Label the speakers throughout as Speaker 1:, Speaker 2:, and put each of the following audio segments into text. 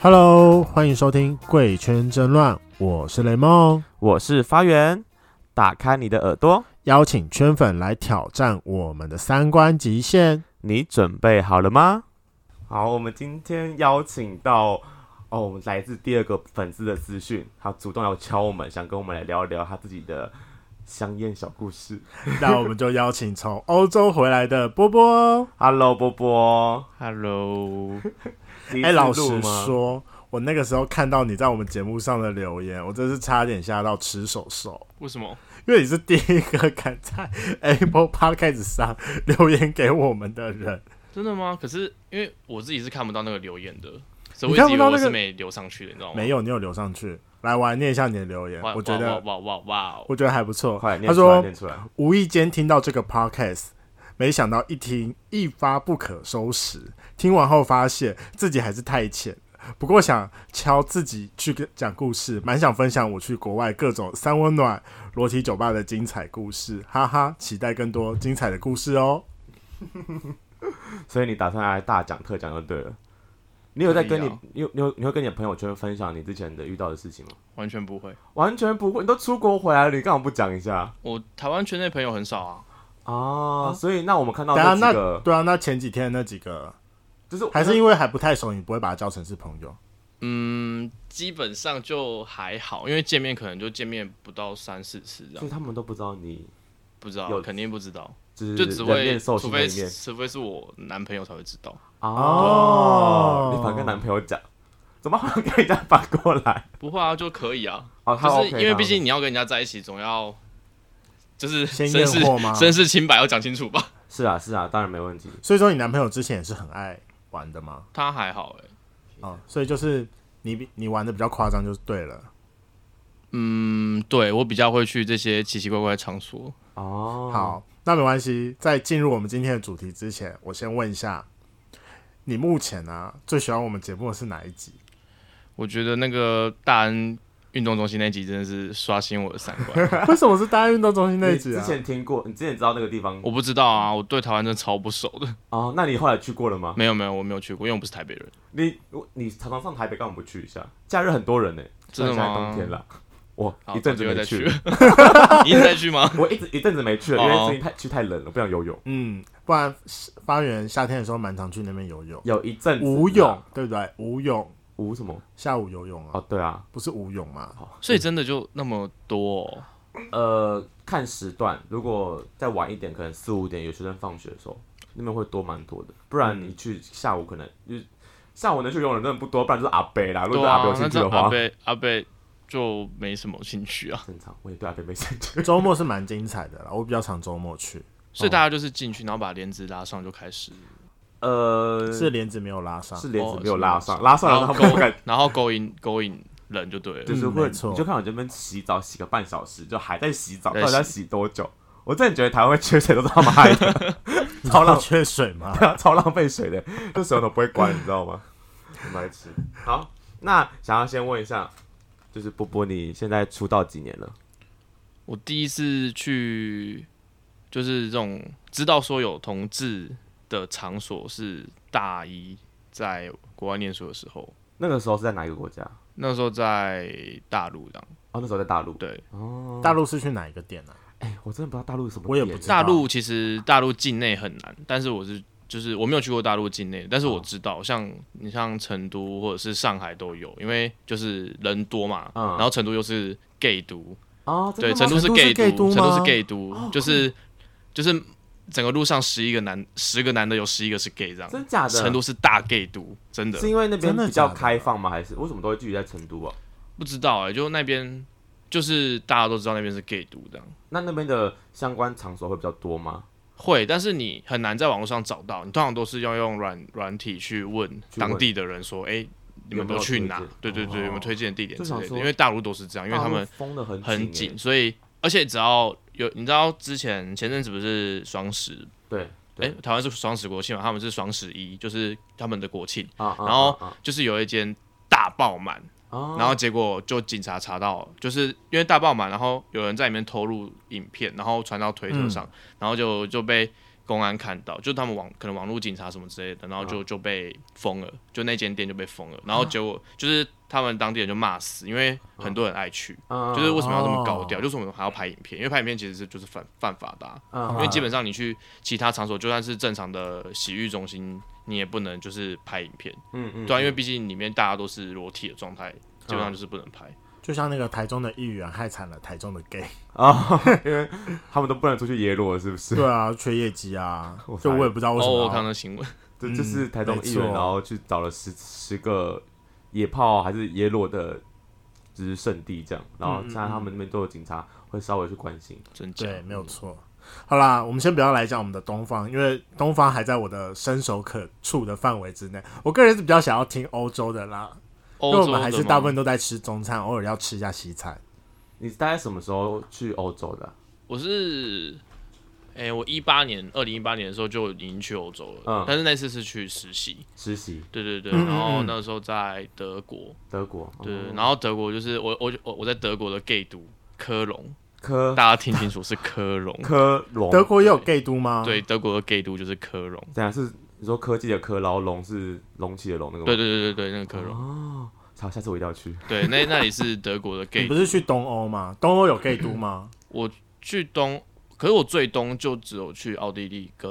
Speaker 1: Hello，欢迎收听《贵圈争乱》，我是雷梦，
Speaker 2: 我是发源，打开你的耳朵，
Speaker 1: 邀请圈粉来挑战我们的三观极限。
Speaker 2: 你准备好了吗？好，我们今天邀请到哦，我们来自第二个粉丝的资讯，他主动来敲我们，想跟我们来聊一聊他自己的香艳小故事。
Speaker 1: 那我们就邀请从欧洲回来的波波。
Speaker 2: Hello，波波，
Speaker 3: Hello，
Speaker 2: 第一
Speaker 1: 哎，
Speaker 2: 次
Speaker 1: 老实
Speaker 2: 录吗？
Speaker 1: 说，我那个时候看到你在我们节目上的留言，我真是差点吓到吃手手，
Speaker 3: 为什么？
Speaker 1: 因为你是第一个敢在 Apple Podcast 上留言给我们的人。
Speaker 3: 真的吗？可是因为我自己是看不到那个留言的，所
Speaker 1: 你
Speaker 3: 以我一
Speaker 1: 看
Speaker 3: 直以
Speaker 1: 不
Speaker 3: 为
Speaker 1: 到那
Speaker 3: 我
Speaker 1: 个
Speaker 3: 是没留上去的，你知道吗？
Speaker 1: 没有，你有留上去。来，我来念一下你的留言，
Speaker 3: 哇，
Speaker 1: 我觉
Speaker 3: 哇
Speaker 1: 得
Speaker 3: 哇哇哇哇！
Speaker 1: 我觉得还不错
Speaker 2: 快。念
Speaker 1: 他
Speaker 2: 出来，
Speaker 1: 说
Speaker 2: 念出来。
Speaker 1: 无意间听到这个 podcast，没想到一听一发不可收拾。听完后发现自己还是太浅了，不过想敲自己去跟讲故事，蛮想分享我去国外各种三温暖、裸体酒吧的精彩故事，哈哈！期待更多精彩的故事哦。
Speaker 2: 所以你打算来大讲特讲就对了。你有在跟
Speaker 3: 可以
Speaker 2: 你
Speaker 3: 啊，
Speaker 2: 你有你有你会跟你的朋友圈分享你之前的遇到的事情吗？
Speaker 3: 完全不会，
Speaker 2: 完全不会，你都出国回来了，你干嘛不讲一下
Speaker 3: 我台湾圈内朋友很少啊。
Speaker 2: 啊？所以那我们看到
Speaker 1: 等一下
Speaker 2: 这几
Speaker 1: 那
Speaker 2: 个，
Speaker 1: 对啊，那前几天的那几个
Speaker 2: 就是
Speaker 1: 还是因为还不太熟，你不会把他交成是朋友。
Speaker 3: 嗯，基本上就还好，因为见面可能就见面不到三四次这
Speaker 2: 所以
Speaker 3: 样，
Speaker 2: 他们都不知道你
Speaker 3: 不知道
Speaker 2: 有，
Speaker 3: 肯定不知道，
Speaker 2: 就是
Speaker 3: 就只
Speaker 2: 人
Speaker 3: 会
Speaker 2: 面兽
Speaker 3: 除
Speaker 2: 心的
Speaker 3: 非
Speaker 2: 一面
Speaker 3: 除非是我男朋友才会知道，
Speaker 1: 哦
Speaker 2: 你反而跟男朋友讲，怎么好像跟人家反过 来？
Speaker 3: 不会啊就可以啊，
Speaker 2: 哦，他
Speaker 3: 就
Speaker 2: OK，
Speaker 3: 是因为
Speaker 2: 他
Speaker 3: 毕竟你要跟人家在一起，总要就是
Speaker 1: 先
Speaker 3: 身
Speaker 1: 验
Speaker 3: 世
Speaker 1: 货吗
Speaker 3: 身世清白要讲清楚吧。
Speaker 2: 是啊是啊，当然没问题。
Speaker 1: 所以说，你男朋友之前也是很爱玩的吗？
Speaker 3: 他还好哎、
Speaker 1: 啊、所以就是你比你玩的比较夸张，就是对了。
Speaker 3: 嗯，对我比较会去这些奇奇怪怪的场所。
Speaker 2: 哦，，
Speaker 1: 好，那没关系。在进入我们今天的主题之前，我先问一下，你目前呢、最喜欢我们节目的是哪一集？
Speaker 3: 我觉得那个大安运动中心那集真的是刷新我的三 观。
Speaker 1: 为什么是大安运动中心那一
Speaker 2: 你
Speaker 1: 集
Speaker 2: 之
Speaker 1: 啊？
Speaker 2: 前听过，你之前知道那个地方
Speaker 3: 我不知道啊，我对台湾真的超不熟的。
Speaker 2: 哦？那你后来去过了吗？
Speaker 3: 没有没有，我没有去过，因为我不是台北人。
Speaker 2: 你我你常常上台北，干嘛不去一下？假日很多人呢、
Speaker 3: 真的
Speaker 2: 虽然现
Speaker 3: 吗
Speaker 2: 在冬天了，我
Speaker 3: 好
Speaker 2: 一阵子
Speaker 3: 找机会
Speaker 2: 没
Speaker 3: 再去
Speaker 2: 去了，
Speaker 3: 你一直在去吗？
Speaker 2: 我一直一阵子没去了，因为
Speaker 3: 哦
Speaker 2: 最近太去太冷了，不想游泳。
Speaker 1: 嗯，不然发源夏天的时候蛮常去那边游泳，
Speaker 2: 有一阵子
Speaker 1: 游
Speaker 2: 啦
Speaker 1: 泳对不对？游泳
Speaker 2: 无什么
Speaker 1: 下午游泳啊，
Speaker 2: 哦，对啊，
Speaker 1: 不是游泳嘛？
Speaker 3: 所以真的就那么多哦、
Speaker 2: 呃，看时段，如果再晚一点，可能四五点有学生放学的时候，那边会多蛮多的。不然你去下午可能就是下午能去游泳的人真的不多，不然就是阿北啦。如果
Speaker 3: 对
Speaker 2: 对阿
Speaker 3: 啊
Speaker 2: 北有，
Speaker 3: 那
Speaker 2: 兴趣
Speaker 3: 这
Speaker 2: 的
Speaker 3: 阿
Speaker 2: 话，
Speaker 3: 贝阿贝就没什么兴趣啊。
Speaker 2: 正常。我也对阿北没兴趣。
Speaker 1: 周末是蛮精彩的啦，我比较常周末去，
Speaker 3: 所以
Speaker 2: 哦
Speaker 3: 大家就是进去，然后把帘子拉上就开始，
Speaker 2: 呃，
Speaker 1: 是帘子没有拉上，
Speaker 2: 是帘子
Speaker 3: 哦
Speaker 2: 没有
Speaker 3: 是
Speaker 2: 拉
Speaker 3: 吗
Speaker 2: 上，拉上
Speaker 3: 然
Speaker 2: 了
Speaker 3: 后
Speaker 2: 他们不
Speaker 3: 勾
Speaker 2: 敢，
Speaker 3: 然后勾引勾引人就对
Speaker 2: 就
Speaker 3: 了。
Speaker 2: 是
Speaker 1: 嗯
Speaker 2: 会，
Speaker 1: 没错
Speaker 2: 你就看我这边洗澡洗个半小时，就还在洗澡，
Speaker 3: 在
Speaker 2: 到底要
Speaker 3: 洗
Speaker 2: 洗多久？我真的觉得台湾会缺水都是他们害的，
Speaker 1: 你知
Speaker 2: 超
Speaker 1: 道
Speaker 2: 浪
Speaker 1: 缺水 吗？
Speaker 2: 超浪费水的，这水龙头不会关，你知道吗？很白痴。好，那想要先问一下，就是波波，你现在出道几年了？
Speaker 3: 我第一次去，就是这种知道说有同志的场所是大一在国外念书的时候，
Speaker 2: 那个时候是在哪一个国家？
Speaker 3: 那时候在大陆这样，
Speaker 2: 哦，那时候在大陆。
Speaker 3: 对，
Speaker 2: 哦，
Speaker 1: 大陆是去哪一个店啊？
Speaker 2: 哎、我真的不知道大陆是什么
Speaker 1: 我也
Speaker 2: 点
Speaker 1: 不知道
Speaker 3: 大陆其实大陆境内很难，但是我是就是我没有去过大陆境内，但是我知
Speaker 1: 哦
Speaker 3: 道像你像成都或者是上海都有，因为就是人多嘛，
Speaker 2: 嗯
Speaker 3: 然后成都又是 gay 都，
Speaker 2: 哦，真
Speaker 3: 对，
Speaker 2: 的
Speaker 3: 成
Speaker 2: 吗哦
Speaker 3: 都是
Speaker 1: 成都是
Speaker 3: gay
Speaker 1: gay 都
Speaker 3: 都，成都是
Speaker 1: 吗
Speaker 3: gay 都，就是就是整个路上十一个男，十个男的有十一个是 gay 这样，
Speaker 2: 真假的？
Speaker 3: 成都是大 gay 都，真的
Speaker 2: 是因为那边
Speaker 1: 真的
Speaker 2: 比较
Speaker 1: 假的
Speaker 2: 开放吗？还是为什么都会聚集在成都啊？
Speaker 3: 不知道哎、就那边就是大家都知道那边是 gay 都这样，
Speaker 2: 那那边的相关场所会比较多吗？
Speaker 3: 会，但是你很难在网络上找到，你通常都是要用软软体去问
Speaker 2: 去问
Speaker 3: 当地的人说，哎、你们
Speaker 2: 有没有
Speaker 3: 都去哪
Speaker 2: 推荐？
Speaker 3: 对对对，
Speaker 2: 哦
Speaker 3: 有没有推荐的地点
Speaker 2: 就
Speaker 3: 之
Speaker 2: 想
Speaker 3: 类的？
Speaker 2: 说
Speaker 3: 因为大陆都是这样，因为他们
Speaker 2: 哦封的很
Speaker 3: 很
Speaker 2: 紧
Speaker 3: 紧，
Speaker 2: 欸，
Speaker 3: 所以而且只要有你知道之前前阵子不是双十
Speaker 2: 对，
Speaker 3: 哎、
Speaker 2: 对
Speaker 3: 台湾是双十国庆嘛，他们是双十一，就是他们的国庆，
Speaker 2: 啊，啊
Speaker 3: 然后
Speaker 2: 啊
Speaker 3: 就是有一间大爆满，
Speaker 2: 啊
Speaker 3: 然后结果就警察查到，就是因
Speaker 2: 嗯
Speaker 3: 为大爆满，然后有人在里面偷录影片，然后传到推特上，然后就就被公安看到，就他们网可能网络警察什么之类的，然后就、
Speaker 2: 嗯
Speaker 3: 就被封了，就那间店就被封了，然后结果就是他们当地人就骂死，因为很多人爱去，
Speaker 2: 嗯
Speaker 3: 就是为什么要这么高调，
Speaker 1: 哦
Speaker 3: 就是我们还要拍影片，因为拍影片其实是就是犯犯法的啊、
Speaker 2: 嗯
Speaker 3: 因为基本上你去其他场所，就算是正常的洗浴中心，你也不能就是拍影片，
Speaker 2: 嗯嗯，
Speaker 3: 对啊，因为毕竟里面大家都是裸体的状态，基本
Speaker 1: 嗯
Speaker 3: 上就是不能拍。
Speaker 1: 就像那个台中的议员害惨了台中的 gay，
Speaker 2: 啊， 因为他们都不能出去耶落，是不是？
Speaker 1: 对啊，缺业绩啊
Speaker 2: 我，
Speaker 1: 就我也不知道为什
Speaker 3: 哦，我看
Speaker 1: 么啊
Speaker 3: 到新闻，
Speaker 2: 对，就是台中议
Speaker 1: 没
Speaker 2: 员，
Speaker 1: 错
Speaker 2: 然后去找了十十个野炮啊还是野裸的，就是圣地这样。然后现在他们那边都有警察会稍微去关心。
Speaker 3: 真假？
Speaker 1: 对，没
Speaker 2: 嗯
Speaker 1: 有错。好啦，我们先不要来讲我们的东方，因为东方还在我的伸手可触的范围之内。我个人是比较想要听欧洲的啦，因
Speaker 3: 欧
Speaker 1: 为
Speaker 3: 洲
Speaker 1: 我
Speaker 3: 的
Speaker 1: 们还是
Speaker 3: 吗
Speaker 1: 大部分都在吃中餐，偶尔要吃一下西餐。
Speaker 2: 你大概什么时候去哦欧洲的？
Speaker 3: 我是，哎、我一八年，二零一八年的时候就已经去欧洲了，
Speaker 2: 嗯
Speaker 3: 但是那次是去实习，
Speaker 2: 实习
Speaker 3: 对对对，
Speaker 1: 嗯嗯
Speaker 3: 然后
Speaker 1: 嗯哦
Speaker 3: 那时候在德国，
Speaker 2: 德国，
Speaker 3: 对，对
Speaker 2: 嗯
Speaker 3: 然后德国就是我我我我在德国的 gay 都科隆，
Speaker 2: 科
Speaker 3: 大家听清楚是科隆，
Speaker 2: 科隆，
Speaker 1: 德国也有 gay 都吗？
Speaker 3: 哦对，德国的 gay 都就是科隆，
Speaker 2: 等一下是你说科技的科，然后隆是隆起的隆那个吗？
Speaker 3: 对对对对对，那个科隆，
Speaker 2: 哦，好，下次我一定要去。
Speaker 3: 对，那那里是德国的
Speaker 1: 你
Speaker 3: gay，
Speaker 1: 不是去东欧吗？东欧有 gay 都吗？
Speaker 3: 我去东，可是我最东就只有去奥地利跟。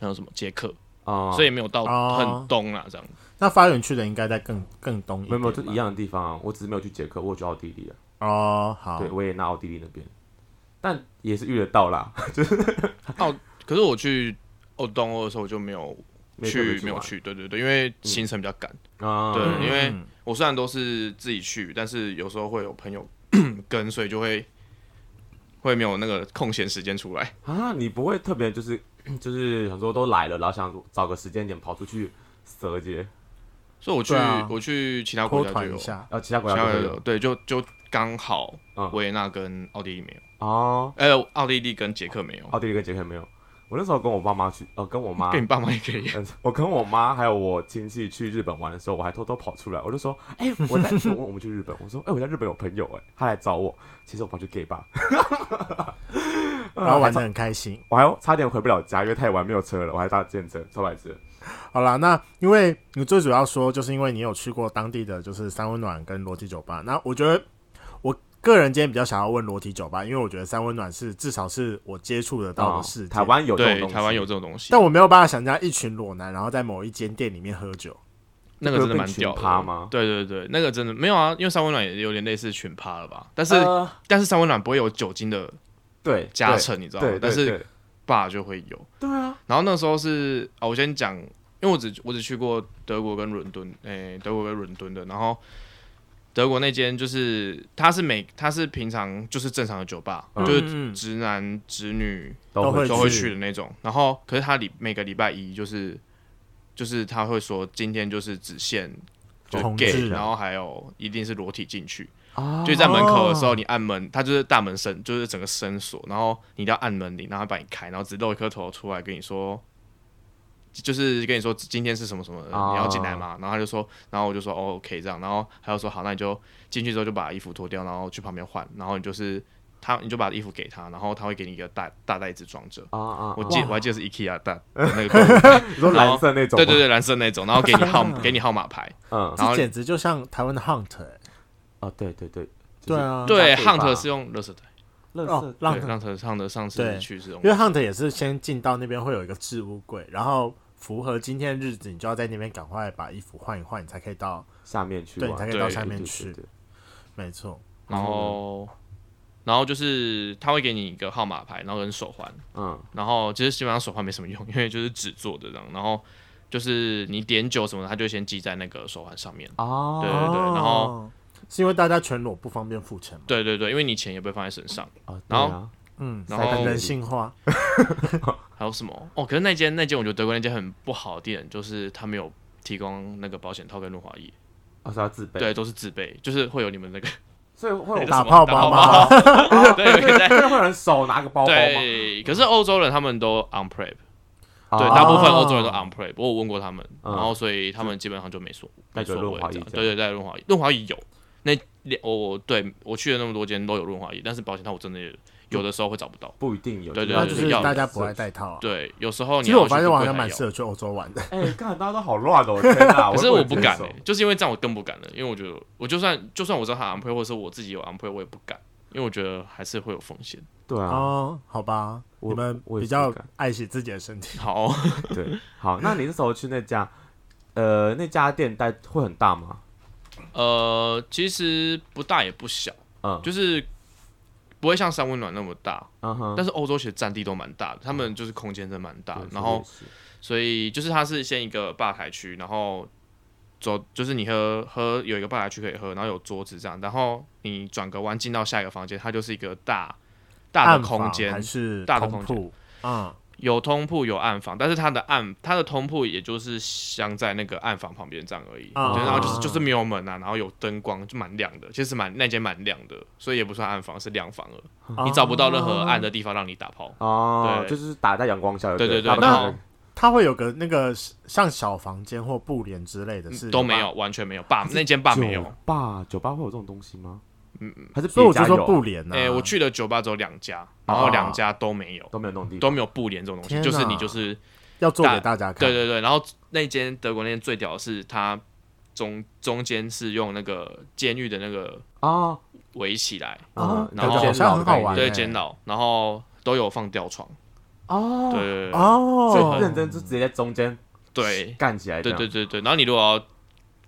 Speaker 3: 还有什么捷克，
Speaker 2: 啊，
Speaker 3: 所以没有到
Speaker 1: 哦
Speaker 3: 很东啦，这样。
Speaker 1: 那发源去的应该在更更东一
Speaker 2: 没
Speaker 1: 点
Speaker 2: 有没
Speaker 1: 吧，
Speaker 2: 有，就一样的地方啊。我只是没有去捷克，我有去奥地利啊。
Speaker 1: 哦。好
Speaker 2: 对，，我也那奥地利那边，但也是遇得到啦。
Speaker 3: 可是我去欧东欧的时候，我就没有
Speaker 2: 没特别
Speaker 3: 去，没有
Speaker 2: 玩
Speaker 3: 去，对对对，因为行程比较赶。
Speaker 2: 啊，
Speaker 3: 对
Speaker 2: 嗯
Speaker 3: 因为
Speaker 1: 嗯
Speaker 3: 我虽然都是自己去，但是有时候会有朋友 跟，所以就会会没有那个空闲时间出来。
Speaker 2: 啊，你不会特别就是 就是想说都来了，然后想找个时间点跑出去蛇街，
Speaker 3: 所以我去、
Speaker 1: 对啊
Speaker 3: 我去其他
Speaker 1: 脱
Speaker 3: 国家就
Speaker 1: 团
Speaker 3: 有，
Speaker 1: 一
Speaker 3: 其
Speaker 1: 下，
Speaker 2: 然后呃其他国
Speaker 3: 他
Speaker 2: 家都
Speaker 3: 国家
Speaker 2: 会
Speaker 3: 有
Speaker 2: 有
Speaker 3: 对，就就刚好
Speaker 2: 嗯
Speaker 3: 维也纳跟奥地利没有，
Speaker 2: 哦。
Speaker 3: 呃，奥地利跟捷克没有。
Speaker 2: 奥地利跟捷克没有。我那时候跟我爸妈去，呃，跟我妈，
Speaker 3: 跟你爸妈也可以，
Speaker 2: 嗯 我跟我妈还有我亲戚去日本玩的时候，我还偷偷跑出来，我就说，哎、我在， 我我们去日本，我说，哎、我在日本有朋友、哎， 他来找我，其实我跑去 gay 吧，
Speaker 1: 然后玩的很开心。
Speaker 2: 我还差点回不了家，因为太晚没有车了，我还搭电车，超白痴的。
Speaker 1: 好啦，那因为你最主要说，就是因为你有去过当地的就是三温暖跟裸体酒吧。那我觉得我个人今天比较想要问裸体酒吧，因为我觉得三温暖是至少是我接触得到的世界、
Speaker 2: 啊台，湾有这种
Speaker 3: 对，
Speaker 2: 东西，
Speaker 3: 哦台湾有这种东西，
Speaker 1: 但我没有办法想象一群裸男然后在某一间店里面喝酒。
Speaker 3: 那个真的蛮屌
Speaker 2: 这个有变群趴
Speaker 3: 的
Speaker 2: 吗
Speaker 3: 对对对，那个真的没有啊，因为三温暖也有点类似群趴了吧？但是、
Speaker 2: 呃
Speaker 3: 但是三温暖不会有酒精的
Speaker 2: 对
Speaker 3: 加
Speaker 2: 对
Speaker 3: 成，你知道吗
Speaker 2: 对，？
Speaker 3: 但
Speaker 2: 对
Speaker 3: 是
Speaker 2: 对
Speaker 3: 爸就会有。
Speaker 2: 对啊，
Speaker 3: 然后那时候是啊，我先讲，因为我只我只去过德国跟伦敦，诶、德国跟伦敦的。然后德国那间就是它是每它是平常就是正常的酒吧，
Speaker 2: 嗯
Speaker 3: 就是直男直女
Speaker 1: 都会
Speaker 3: 都会去的那种。然后可是它礼每个礼拜一就是就是他会说今天就是只限。就
Speaker 1: 同志啊
Speaker 3: gay，
Speaker 1: 哦
Speaker 3: 然后还有一定是裸体进去，
Speaker 2: 啊
Speaker 3: 就在门口的时候，你按门，它就是大门伸，就是整个伸锁，然后你一定要按门铃，然后它把你开，然后只露一颗头出来跟你说，就是跟你说今天是什么什么的，
Speaker 2: 哦
Speaker 3: 你要进来嘛。然后他就说，然后我就说哦 OK 这样，然后他就说好，那你就进去之后就把衣服脱掉，然后去旁边换，然后你就是他你就把衣服给他，然后他会给你一个大大袋子装着。
Speaker 2: 啊啊，
Speaker 3: 我
Speaker 2: 啊
Speaker 3: 记我还记得是 IKEA 大那个购物
Speaker 2: 你说蓝色那种，
Speaker 3: 对对，对，蓝色那种，然后给你号 给你号码牌，
Speaker 2: 嗯
Speaker 3: 然后
Speaker 1: 这简直就像台湾的 hunt，、欸、
Speaker 2: 啊，对对对，
Speaker 1: 对，啊，
Speaker 3: 对
Speaker 2: 搭配吧
Speaker 3: 嗯，Hunt 是用垃圾袋，
Speaker 2: 乐
Speaker 1: 哦
Speaker 2: 色，
Speaker 1: 浪
Speaker 3: 对，Hunt Hunt 上
Speaker 1: 对
Speaker 3: 次去是用
Speaker 1: 因为 hunt 也是先进到那边会有一个置物柜，然后符合今天的日子，你就要在那边赶快把衣服换一换，你才可以到，
Speaker 2: 下面去
Speaker 1: 对，
Speaker 2: 玩，
Speaker 1: 你才可以
Speaker 3: 对
Speaker 1: 到
Speaker 2: 对
Speaker 1: 下面
Speaker 2: 对
Speaker 1: 去。
Speaker 2: 对对
Speaker 1: 没错，
Speaker 3: 然后，然后就是他会给你一个号码牌，然后跟手环，
Speaker 2: 嗯
Speaker 3: 然后其实基本上手环没什么用，因为就是纸做的这样，然后就是你点酒什么的，他就先记在那个手环上面。
Speaker 2: 哦，
Speaker 3: 对对对然后
Speaker 1: 哦是因为大家全裸不方便付钱嘛，
Speaker 3: 对对对，因为你钱也不会放在身上。
Speaker 2: 啊
Speaker 3: 然后
Speaker 2: 对啊
Speaker 1: 嗯，
Speaker 3: 然
Speaker 1: 很
Speaker 3: 后
Speaker 1: 人性化。
Speaker 3: 还有什么？哦，可是那间那间我觉得德国那间很不好的点，就是他没有提供那个保险套跟润滑液，
Speaker 2: 哦是要自备，
Speaker 3: 对，都是自备，就是会有你们那个
Speaker 2: 所以会有
Speaker 1: 哦打炮包吗？
Speaker 3: 哦 对有个在
Speaker 2: 真的会有人手拿个包包吗？
Speaker 3: 对，可是欧洲人他们都 on prep，对，
Speaker 2: 啊
Speaker 3: 大部分欧洲人都 on prep，我有问过他们，
Speaker 2: 嗯
Speaker 3: 然后所以他们基本上就没所
Speaker 2: 带
Speaker 3: 没
Speaker 2: 个
Speaker 3: 所
Speaker 2: 润
Speaker 3: 谓
Speaker 2: 滑
Speaker 3: 这
Speaker 2: 液
Speaker 3: 样，
Speaker 2: 这
Speaker 3: 对对，带润滑液，润滑液有，那两我我对我去了那么多间都有润滑液，但是保险套我真的也有的时候会找不到。
Speaker 2: 不一定有，
Speaker 3: 对对啊
Speaker 1: 那
Speaker 3: 对
Speaker 1: 就是
Speaker 3: 要
Speaker 1: 大家不爱戴套啊。
Speaker 3: 对，有时候你
Speaker 1: 其实我
Speaker 3: 要去
Speaker 1: 发现我好像
Speaker 3: 柜台
Speaker 1: 蛮
Speaker 3: 要
Speaker 1: 适合去欧洲玩的，
Speaker 2: 哎，干，大家都好乱哦！天 哪，
Speaker 3: 可是
Speaker 2: 我
Speaker 3: 我
Speaker 2: 也
Speaker 3: 不
Speaker 2: 能
Speaker 3: 敢、
Speaker 2: 接受
Speaker 3: 欸，就是因为这样我更不敢了，因为我觉得我就算就算我知道他安配，或者是我自己有安配，我也不敢，因为我觉得还是会有风险。
Speaker 2: 对啊，
Speaker 1: 哦，好吧，
Speaker 2: 我
Speaker 1: 你们
Speaker 2: 我也
Speaker 1: 比
Speaker 2: 不
Speaker 1: 较
Speaker 2: 敢
Speaker 1: 爱惜自己的身体。
Speaker 3: 好，
Speaker 2: 对，好，那你那时候去那家，呃，那家店带会很大吗？
Speaker 3: 呃，其实不大也不小，
Speaker 2: 嗯，
Speaker 3: 就是不会像三温暖那么大，
Speaker 2: 嗯哼，
Speaker 3: 但是欧洲其实占地都蛮大的，他们就是空间真的蛮大的
Speaker 2: 对，
Speaker 3: 然后
Speaker 2: 确实是
Speaker 3: 所以就是它是先一个吧台区，然后走就是你喝喝有一个吧台区可以喝，然后有桌子这样，然后你转个弯进到下一个房间，它就是一个大大
Speaker 1: 暗
Speaker 3: 的空
Speaker 1: 房
Speaker 3: 间
Speaker 1: 还，是
Speaker 3: 大的
Speaker 1: 通
Speaker 3: 空
Speaker 1: 铺？嗯，
Speaker 3: 有通铺有暗房，但是它的暗它的通铺也就是镶在那个暗房旁边这样而已，
Speaker 1: 啊
Speaker 3: 对然后就是就是没有门啊，然后有灯光就蛮亮的，其实蛮那间蛮亮的，所以也不算暗房是亮房了，你找不到任何暗的地方让你打炮。
Speaker 2: 哦，
Speaker 3: 对
Speaker 2: 就是打在阳光下，
Speaker 3: 对
Speaker 2: 对
Speaker 3: 对对
Speaker 2: 大部分
Speaker 1: 那
Speaker 2: 人
Speaker 1: 它会有个那个像小房间或布帘之类的，是
Speaker 3: 嗯都没有，完全没有爸那间爸没有
Speaker 2: 酒，吧，酒吧会有这种东西吗？嗯，还是
Speaker 1: 所以我
Speaker 2: 别
Speaker 1: 就
Speaker 2: 家
Speaker 1: 说
Speaker 2: 有
Speaker 1: 布帘呢、啊。
Speaker 3: 哎、我去了酒吧只有两家，然后两家都没有，
Speaker 2: 都没有那种地
Speaker 3: 都
Speaker 2: 方，
Speaker 3: 没有布帘这种东西，
Speaker 1: 天哪
Speaker 3: 就是你就是
Speaker 1: 要做给大家看。
Speaker 3: 对对对。然后那间德国那间最屌的是它中中间是用那个监狱的那个
Speaker 2: 啊，
Speaker 3: 围起来，
Speaker 1: 哦
Speaker 2: 嗯然后
Speaker 3: 感觉好
Speaker 1: 像很好
Speaker 2: 哎
Speaker 1: 玩
Speaker 3: 对
Speaker 1: 欸
Speaker 3: 监牢，然后都有放吊床，
Speaker 2: 哦，
Speaker 3: 对对对
Speaker 2: 所以
Speaker 1: 哦，
Speaker 2: 认真就直接在中间
Speaker 3: 对
Speaker 2: 干起来这
Speaker 3: 对
Speaker 2: 样，
Speaker 3: 对对对。然后你如果要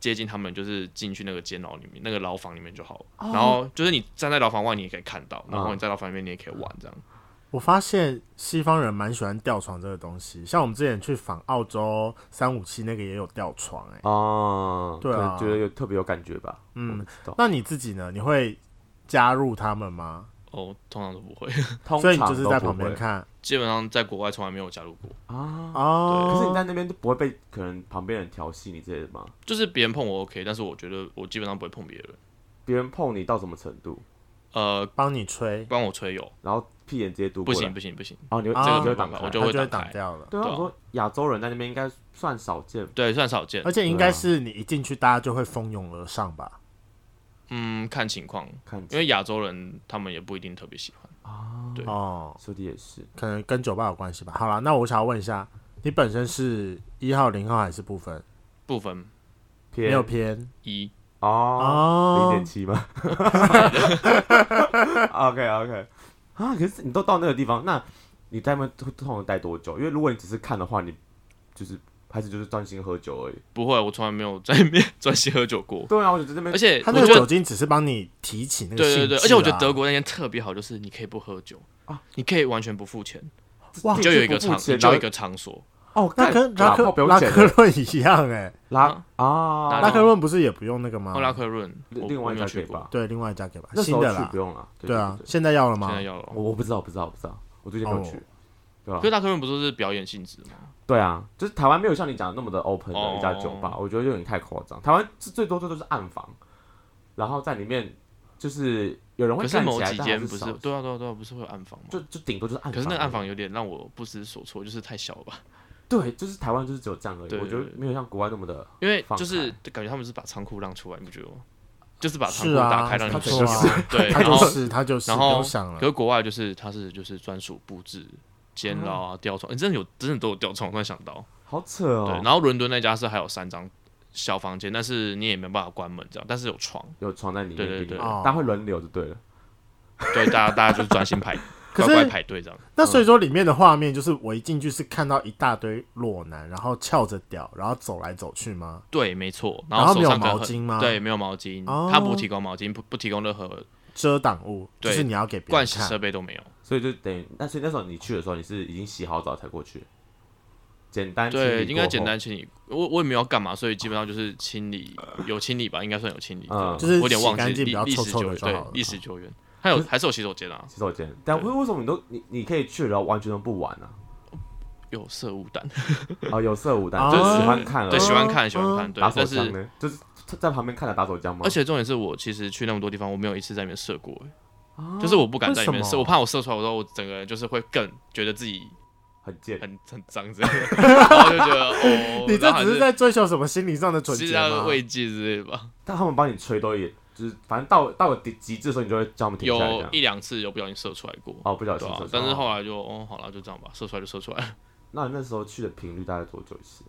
Speaker 3: 接近他们，就是进去那个监牢里面那个牢房里面就好了。
Speaker 2: 哦
Speaker 3: 然后就是你站在牢房外，你也可以看到，然后
Speaker 2: 嗯
Speaker 3: 你在牢房里面你也可以玩这样。
Speaker 1: 我发现西方人蛮喜欢吊床这个东西，像我们之前去访澳洲三五七那个也有吊床、哎，
Speaker 2: 哦，
Speaker 1: 对啊
Speaker 2: 可能觉得有特别有感觉吧，
Speaker 1: 嗯
Speaker 2: 我不知 道，
Speaker 1: 那你自己呢？你会加入他们吗？
Speaker 3: 哦，通常都不会，
Speaker 2: 通
Speaker 1: 所以你
Speaker 2: 常
Speaker 1: 就是
Speaker 2: 都
Speaker 1: 在
Speaker 2: 不
Speaker 1: 旁边
Speaker 2: 会
Speaker 1: 看
Speaker 3: 基本上在国外从来没有加入过。
Speaker 2: 啊。
Speaker 1: 哦。
Speaker 2: 可是你在那边就不会被可能旁边人调戏你之类的吗？
Speaker 3: 就是别人碰我 OK，但是我觉得我基本上不会碰别人。
Speaker 2: 别人碰你到什么程度，
Speaker 3: 呃，
Speaker 1: 帮你吹，
Speaker 3: 帮我吹油，
Speaker 2: 然后屁眼直接嘟
Speaker 3: 不
Speaker 2: 过
Speaker 3: 行
Speaker 2: 来，
Speaker 3: 不行不行，
Speaker 2: 哦，你会
Speaker 1: 啊
Speaker 2: 这个就
Speaker 1: 没
Speaker 2: 会
Speaker 3: 办
Speaker 2: 挡
Speaker 3: 法
Speaker 2: 开，
Speaker 3: 我就
Speaker 1: 它
Speaker 3: 会
Speaker 1: 就会
Speaker 3: 挡
Speaker 1: 挡
Speaker 3: 开
Speaker 1: 掉了。
Speaker 2: 对啊，
Speaker 3: 对啊
Speaker 2: 我说亚洲人在那边应该算少见，
Speaker 3: 对，啊算少见
Speaker 1: 而。且应该是你一进去，大家就会蜂拥而上吧？
Speaker 3: 嗯，看情况，
Speaker 2: 看
Speaker 3: 因为亚洲人他们也不一定特别喜欢。
Speaker 2: 啊，
Speaker 3: 对
Speaker 1: 哦，
Speaker 2: 说的也是，
Speaker 1: 可能跟酒吧有关系吧。好啦，那我想要问一下，你本身是一号、零号还是不分？
Speaker 3: 部分
Speaker 1: 没
Speaker 2: 偏
Speaker 1: 有偏
Speaker 3: 一，
Speaker 2: 哦，零
Speaker 1: 哦
Speaker 2: 点。七吗
Speaker 3: 哦
Speaker 2: ？OK OK 啊，可是你都到那个地方，那你在那边通通常待多久？因为如果你只是看的话，你就是还是就是专心喝酒而已。
Speaker 3: 不会，我从来没有在那边 专心喝酒过。
Speaker 2: 对啊，我觉得这边
Speaker 3: 而且
Speaker 1: 他
Speaker 3: 我
Speaker 1: 那个
Speaker 3: 觉
Speaker 1: 酒
Speaker 3: 得，
Speaker 1: 精只是帮你提起那个
Speaker 3: 对
Speaker 1: 兴致
Speaker 3: 对对，
Speaker 1: 啊
Speaker 3: 而且我觉得德国那间特别好，就是你可以不喝酒
Speaker 2: 啊，
Speaker 3: 你可以完全不付钱，
Speaker 1: 哇
Speaker 3: 你就有一个
Speaker 2: 进去
Speaker 3: 场
Speaker 2: 不付，钱
Speaker 3: 你就
Speaker 2: 然
Speaker 3: 有一
Speaker 2: 后
Speaker 3: 个场所。
Speaker 2: 哦，
Speaker 1: 那
Speaker 2: 干
Speaker 1: 跟
Speaker 2: 打
Speaker 1: 拉
Speaker 2: 炮不
Speaker 1: 克
Speaker 2: 用
Speaker 1: 拉
Speaker 2: 钱
Speaker 1: 克
Speaker 2: 的
Speaker 1: 论一样哎、
Speaker 2: 拉
Speaker 3: 哪
Speaker 2: 啊，
Speaker 3: 里
Speaker 1: 拉克论不是也不用那个吗
Speaker 3: 后？哦拉克润，我
Speaker 2: 另外
Speaker 3: 我
Speaker 2: 一
Speaker 3: 没
Speaker 2: 家
Speaker 3: 有
Speaker 2: 可以
Speaker 3: 去过，
Speaker 2: 吧？
Speaker 1: 对，另外加给吧，
Speaker 2: 那时
Speaker 1: 新
Speaker 2: 候
Speaker 1: 的
Speaker 2: 去
Speaker 1: 啦
Speaker 2: 不。用了，对
Speaker 1: 对啊，
Speaker 2: 对
Speaker 1: 现在要了吗
Speaker 3: 现？在要了。
Speaker 2: 我我不知道，不知道，不知道，我最近没有去
Speaker 1: 哦。
Speaker 2: 对啊
Speaker 3: 可是拉克润不是是表演性质吗？
Speaker 2: 对啊，就是台湾没有像你讲的那么的 open
Speaker 3: 哦
Speaker 2: 的一家酒吧，我觉得有点太夸张。台湾是最多最多就是暗房，然后在里面就是有人会
Speaker 3: 可是
Speaker 2: 站起
Speaker 3: 某
Speaker 2: 来，
Speaker 3: 几
Speaker 2: 但还
Speaker 3: 间不
Speaker 2: 是
Speaker 3: 是
Speaker 2: 少，
Speaker 3: 对啊对啊对啊，不是会有暗房吗？
Speaker 2: 就就顶多就是暗房而已。
Speaker 3: 可是那个暗房有点让我不知所措，就是太小了吧？
Speaker 2: 对，就是台湾就是只有这样而已，
Speaker 3: 对
Speaker 2: 我觉得没有像国外那么的。
Speaker 3: 因为
Speaker 2: 放
Speaker 3: 就是
Speaker 2: 开
Speaker 3: 感觉他们是把仓库让出来，你不觉得吗？就是把仓
Speaker 1: 是
Speaker 3: 库打
Speaker 1: 啊，
Speaker 3: 开让
Speaker 1: 他
Speaker 3: 你
Speaker 2: 去
Speaker 1: 就
Speaker 3: 试，
Speaker 1: 是啊，
Speaker 3: 对，
Speaker 1: 他
Speaker 3: 然
Speaker 1: 就
Speaker 3: 后
Speaker 1: 是他就是，
Speaker 3: 然
Speaker 1: 不用
Speaker 3: 后
Speaker 1: 想
Speaker 3: 可
Speaker 1: 了。
Speaker 3: 是国外就是它是就是专属布置监牢啊、吊床，欸真的有真的都有吊床，我突然想到，
Speaker 2: 好扯哦
Speaker 3: 对，，然后伦敦那家是还有三张小房间，但是你也没办法关门这样，但是有床，
Speaker 2: 有床在里面，
Speaker 3: 对对
Speaker 2: 给你
Speaker 3: 对
Speaker 1: 哦
Speaker 2: 大家会轮流就对了。
Speaker 3: 对，大家大家就是专心排，
Speaker 1: 可
Speaker 3: 乖
Speaker 1: 是
Speaker 3: 乖嗯排队这样，
Speaker 1: 那所以说里面的画面就是我一进去是看到一大堆裸男，然后翘着屌，然后走来走去吗？
Speaker 3: 对，没错，
Speaker 1: 然后
Speaker 3: 手
Speaker 1: 没有
Speaker 3: 上可能
Speaker 1: 毛
Speaker 3: 很
Speaker 1: 巾吗
Speaker 3: 对，没有毛巾
Speaker 1: 哦，
Speaker 3: 它不提供毛巾，不不提供任何
Speaker 1: 遮挡物就
Speaker 3: 对
Speaker 1: 是你要给别
Speaker 3: 盥
Speaker 1: 人
Speaker 3: 洗
Speaker 1: 看
Speaker 3: 设备都没有。
Speaker 2: 所以就等于，那所以那时候你去的时候，你是已经洗好澡才过去，简单清
Speaker 3: 对，
Speaker 2: 理
Speaker 3: 应该
Speaker 2: 过
Speaker 3: 简
Speaker 2: 后
Speaker 3: 单清理。我我也没有干嘛，所以基本上就是清理，有清理吧，应该算有清理。
Speaker 2: 嗯
Speaker 3: 对
Speaker 1: 就是
Speaker 3: 我有点忘
Speaker 1: 洗干
Speaker 3: 记
Speaker 1: 净
Speaker 3: 历
Speaker 1: 比较
Speaker 3: 历
Speaker 1: 臭
Speaker 3: 史
Speaker 1: 臭
Speaker 3: 久
Speaker 1: 的
Speaker 3: 远，
Speaker 1: 就好
Speaker 3: 对
Speaker 1: 了，
Speaker 3: 历史久远。还有还是有洗手间啊，
Speaker 2: 洗手间。但为
Speaker 3: 对
Speaker 2: 为什么你都你你可以去，然后完全都不玩啊？
Speaker 3: 有色雾弹，
Speaker 2: 哦，有色无
Speaker 1: 哦
Speaker 2: 胆，
Speaker 3: 啊
Speaker 2: 就是喜 欢看而已，
Speaker 3: 对，喜欢看，喜欢
Speaker 1: 嗯
Speaker 3: 看，对
Speaker 2: 打。手
Speaker 3: 但
Speaker 2: 枪
Speaker 3: 是
Speaker 2: 呢？就是在旁边看着打手枪吗？
Speaker 3: 而且重点是我其实去那么多地方，我没有一次在里面射过，欸就是我不敢在里
Speaker 1: 为
Speaker 3: 面
Speaker 1: 什
Speaker 3: 射，
Speaker 1: 么
Speaker 3: 我怕我射出来，我说我整个人就是会更觉得自己
Speaker 2: 很贱，
Speaker 3: 很很脏这样，然后就觉得哦，
Speaker 1: 你
Speaker 3: 然
Speaker 1: 这
Speaker 3: 后还
Speaker 1: 只是在追求什么心灵上的
Speaker 3: 是啊
Speaker 1: 准
Speaker 3: 是
Speaker 1: 结
Speaker 3: 要
Speaker 1: 吗？
Speaker 3: 慰藉之类的吧？
Speaker 2: 但他们帮你吹都也就是反正到到了极极致的时候，你就会叫他们停下来这
Speaker 3: 有
Speaker 2: 样。
Speaker 3: 一两次有不小心射出来过，
Speaker 2: 哦，不小
Speaker 3: 对
Speaker 2: 心
Speaker 3: 啊
Speaker 2: 射出来。
Speaker 3: 但是后来就哦，好了，就这样吧，射出来就射出来了，
Speaker 2: 那你那时候去的频率大概多久一次？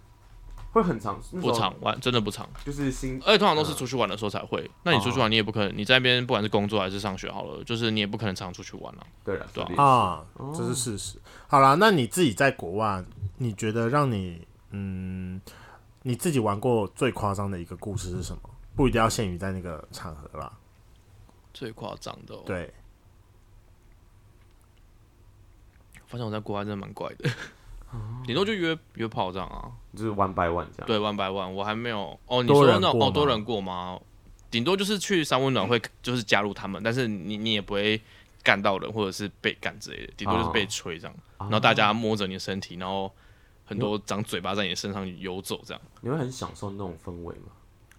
Speaker 2: 会很长，那时候
Speaker 3: 不长呃玩真的不长。
Speaker 2: 就是新
Speaker 3: 而且通常都是出去玩的时候才会。那你出去玩，你也不可能，你在那边不管是工作还是上学好了，就是你也不可能常出去玩啊。
Speaker 2: 对了，
Speaker 3: 对啊
Speaker 2: 是的
Speaker 1: 啊，这是事实。好啦，那你自己在国外，你觉得让你嗯，你自己玩过最夸张的一个故事是什么？不一定要限于在那个场合啦。
Speaker 3: 最夸张的、哦，，
Speaker 1: 对，
Speaker 3: 发现我在国外真的蛮怪 的，
Speaker 1: 哦
Speaker 3: 顶多就约约炮这样啊。
Speaker 2: 就是 one by one 这样。
Speaker 3: 对，one by one，我还没有哦。你
Speaker 1: 多
Speaker 3: 说
Speaker 1: 人
Speaker 3: 那种
Speaker 1: 过
Speaker 3: 哦，
Speaker 1: 吗
Speaker 3: 多人过吗？顶多就是去三温暖会，就是加入他们，但是你你也不会干到人或者是被干之类的，顶多就是被吹这样。
Speaker 2: 啊
Speaker 1: 哦
Speaker 3: 然后大家摸着你的身体，然后很多长嘴巴在你身上游走这样。
Speaker 2: 你会很享受那种氛围吗？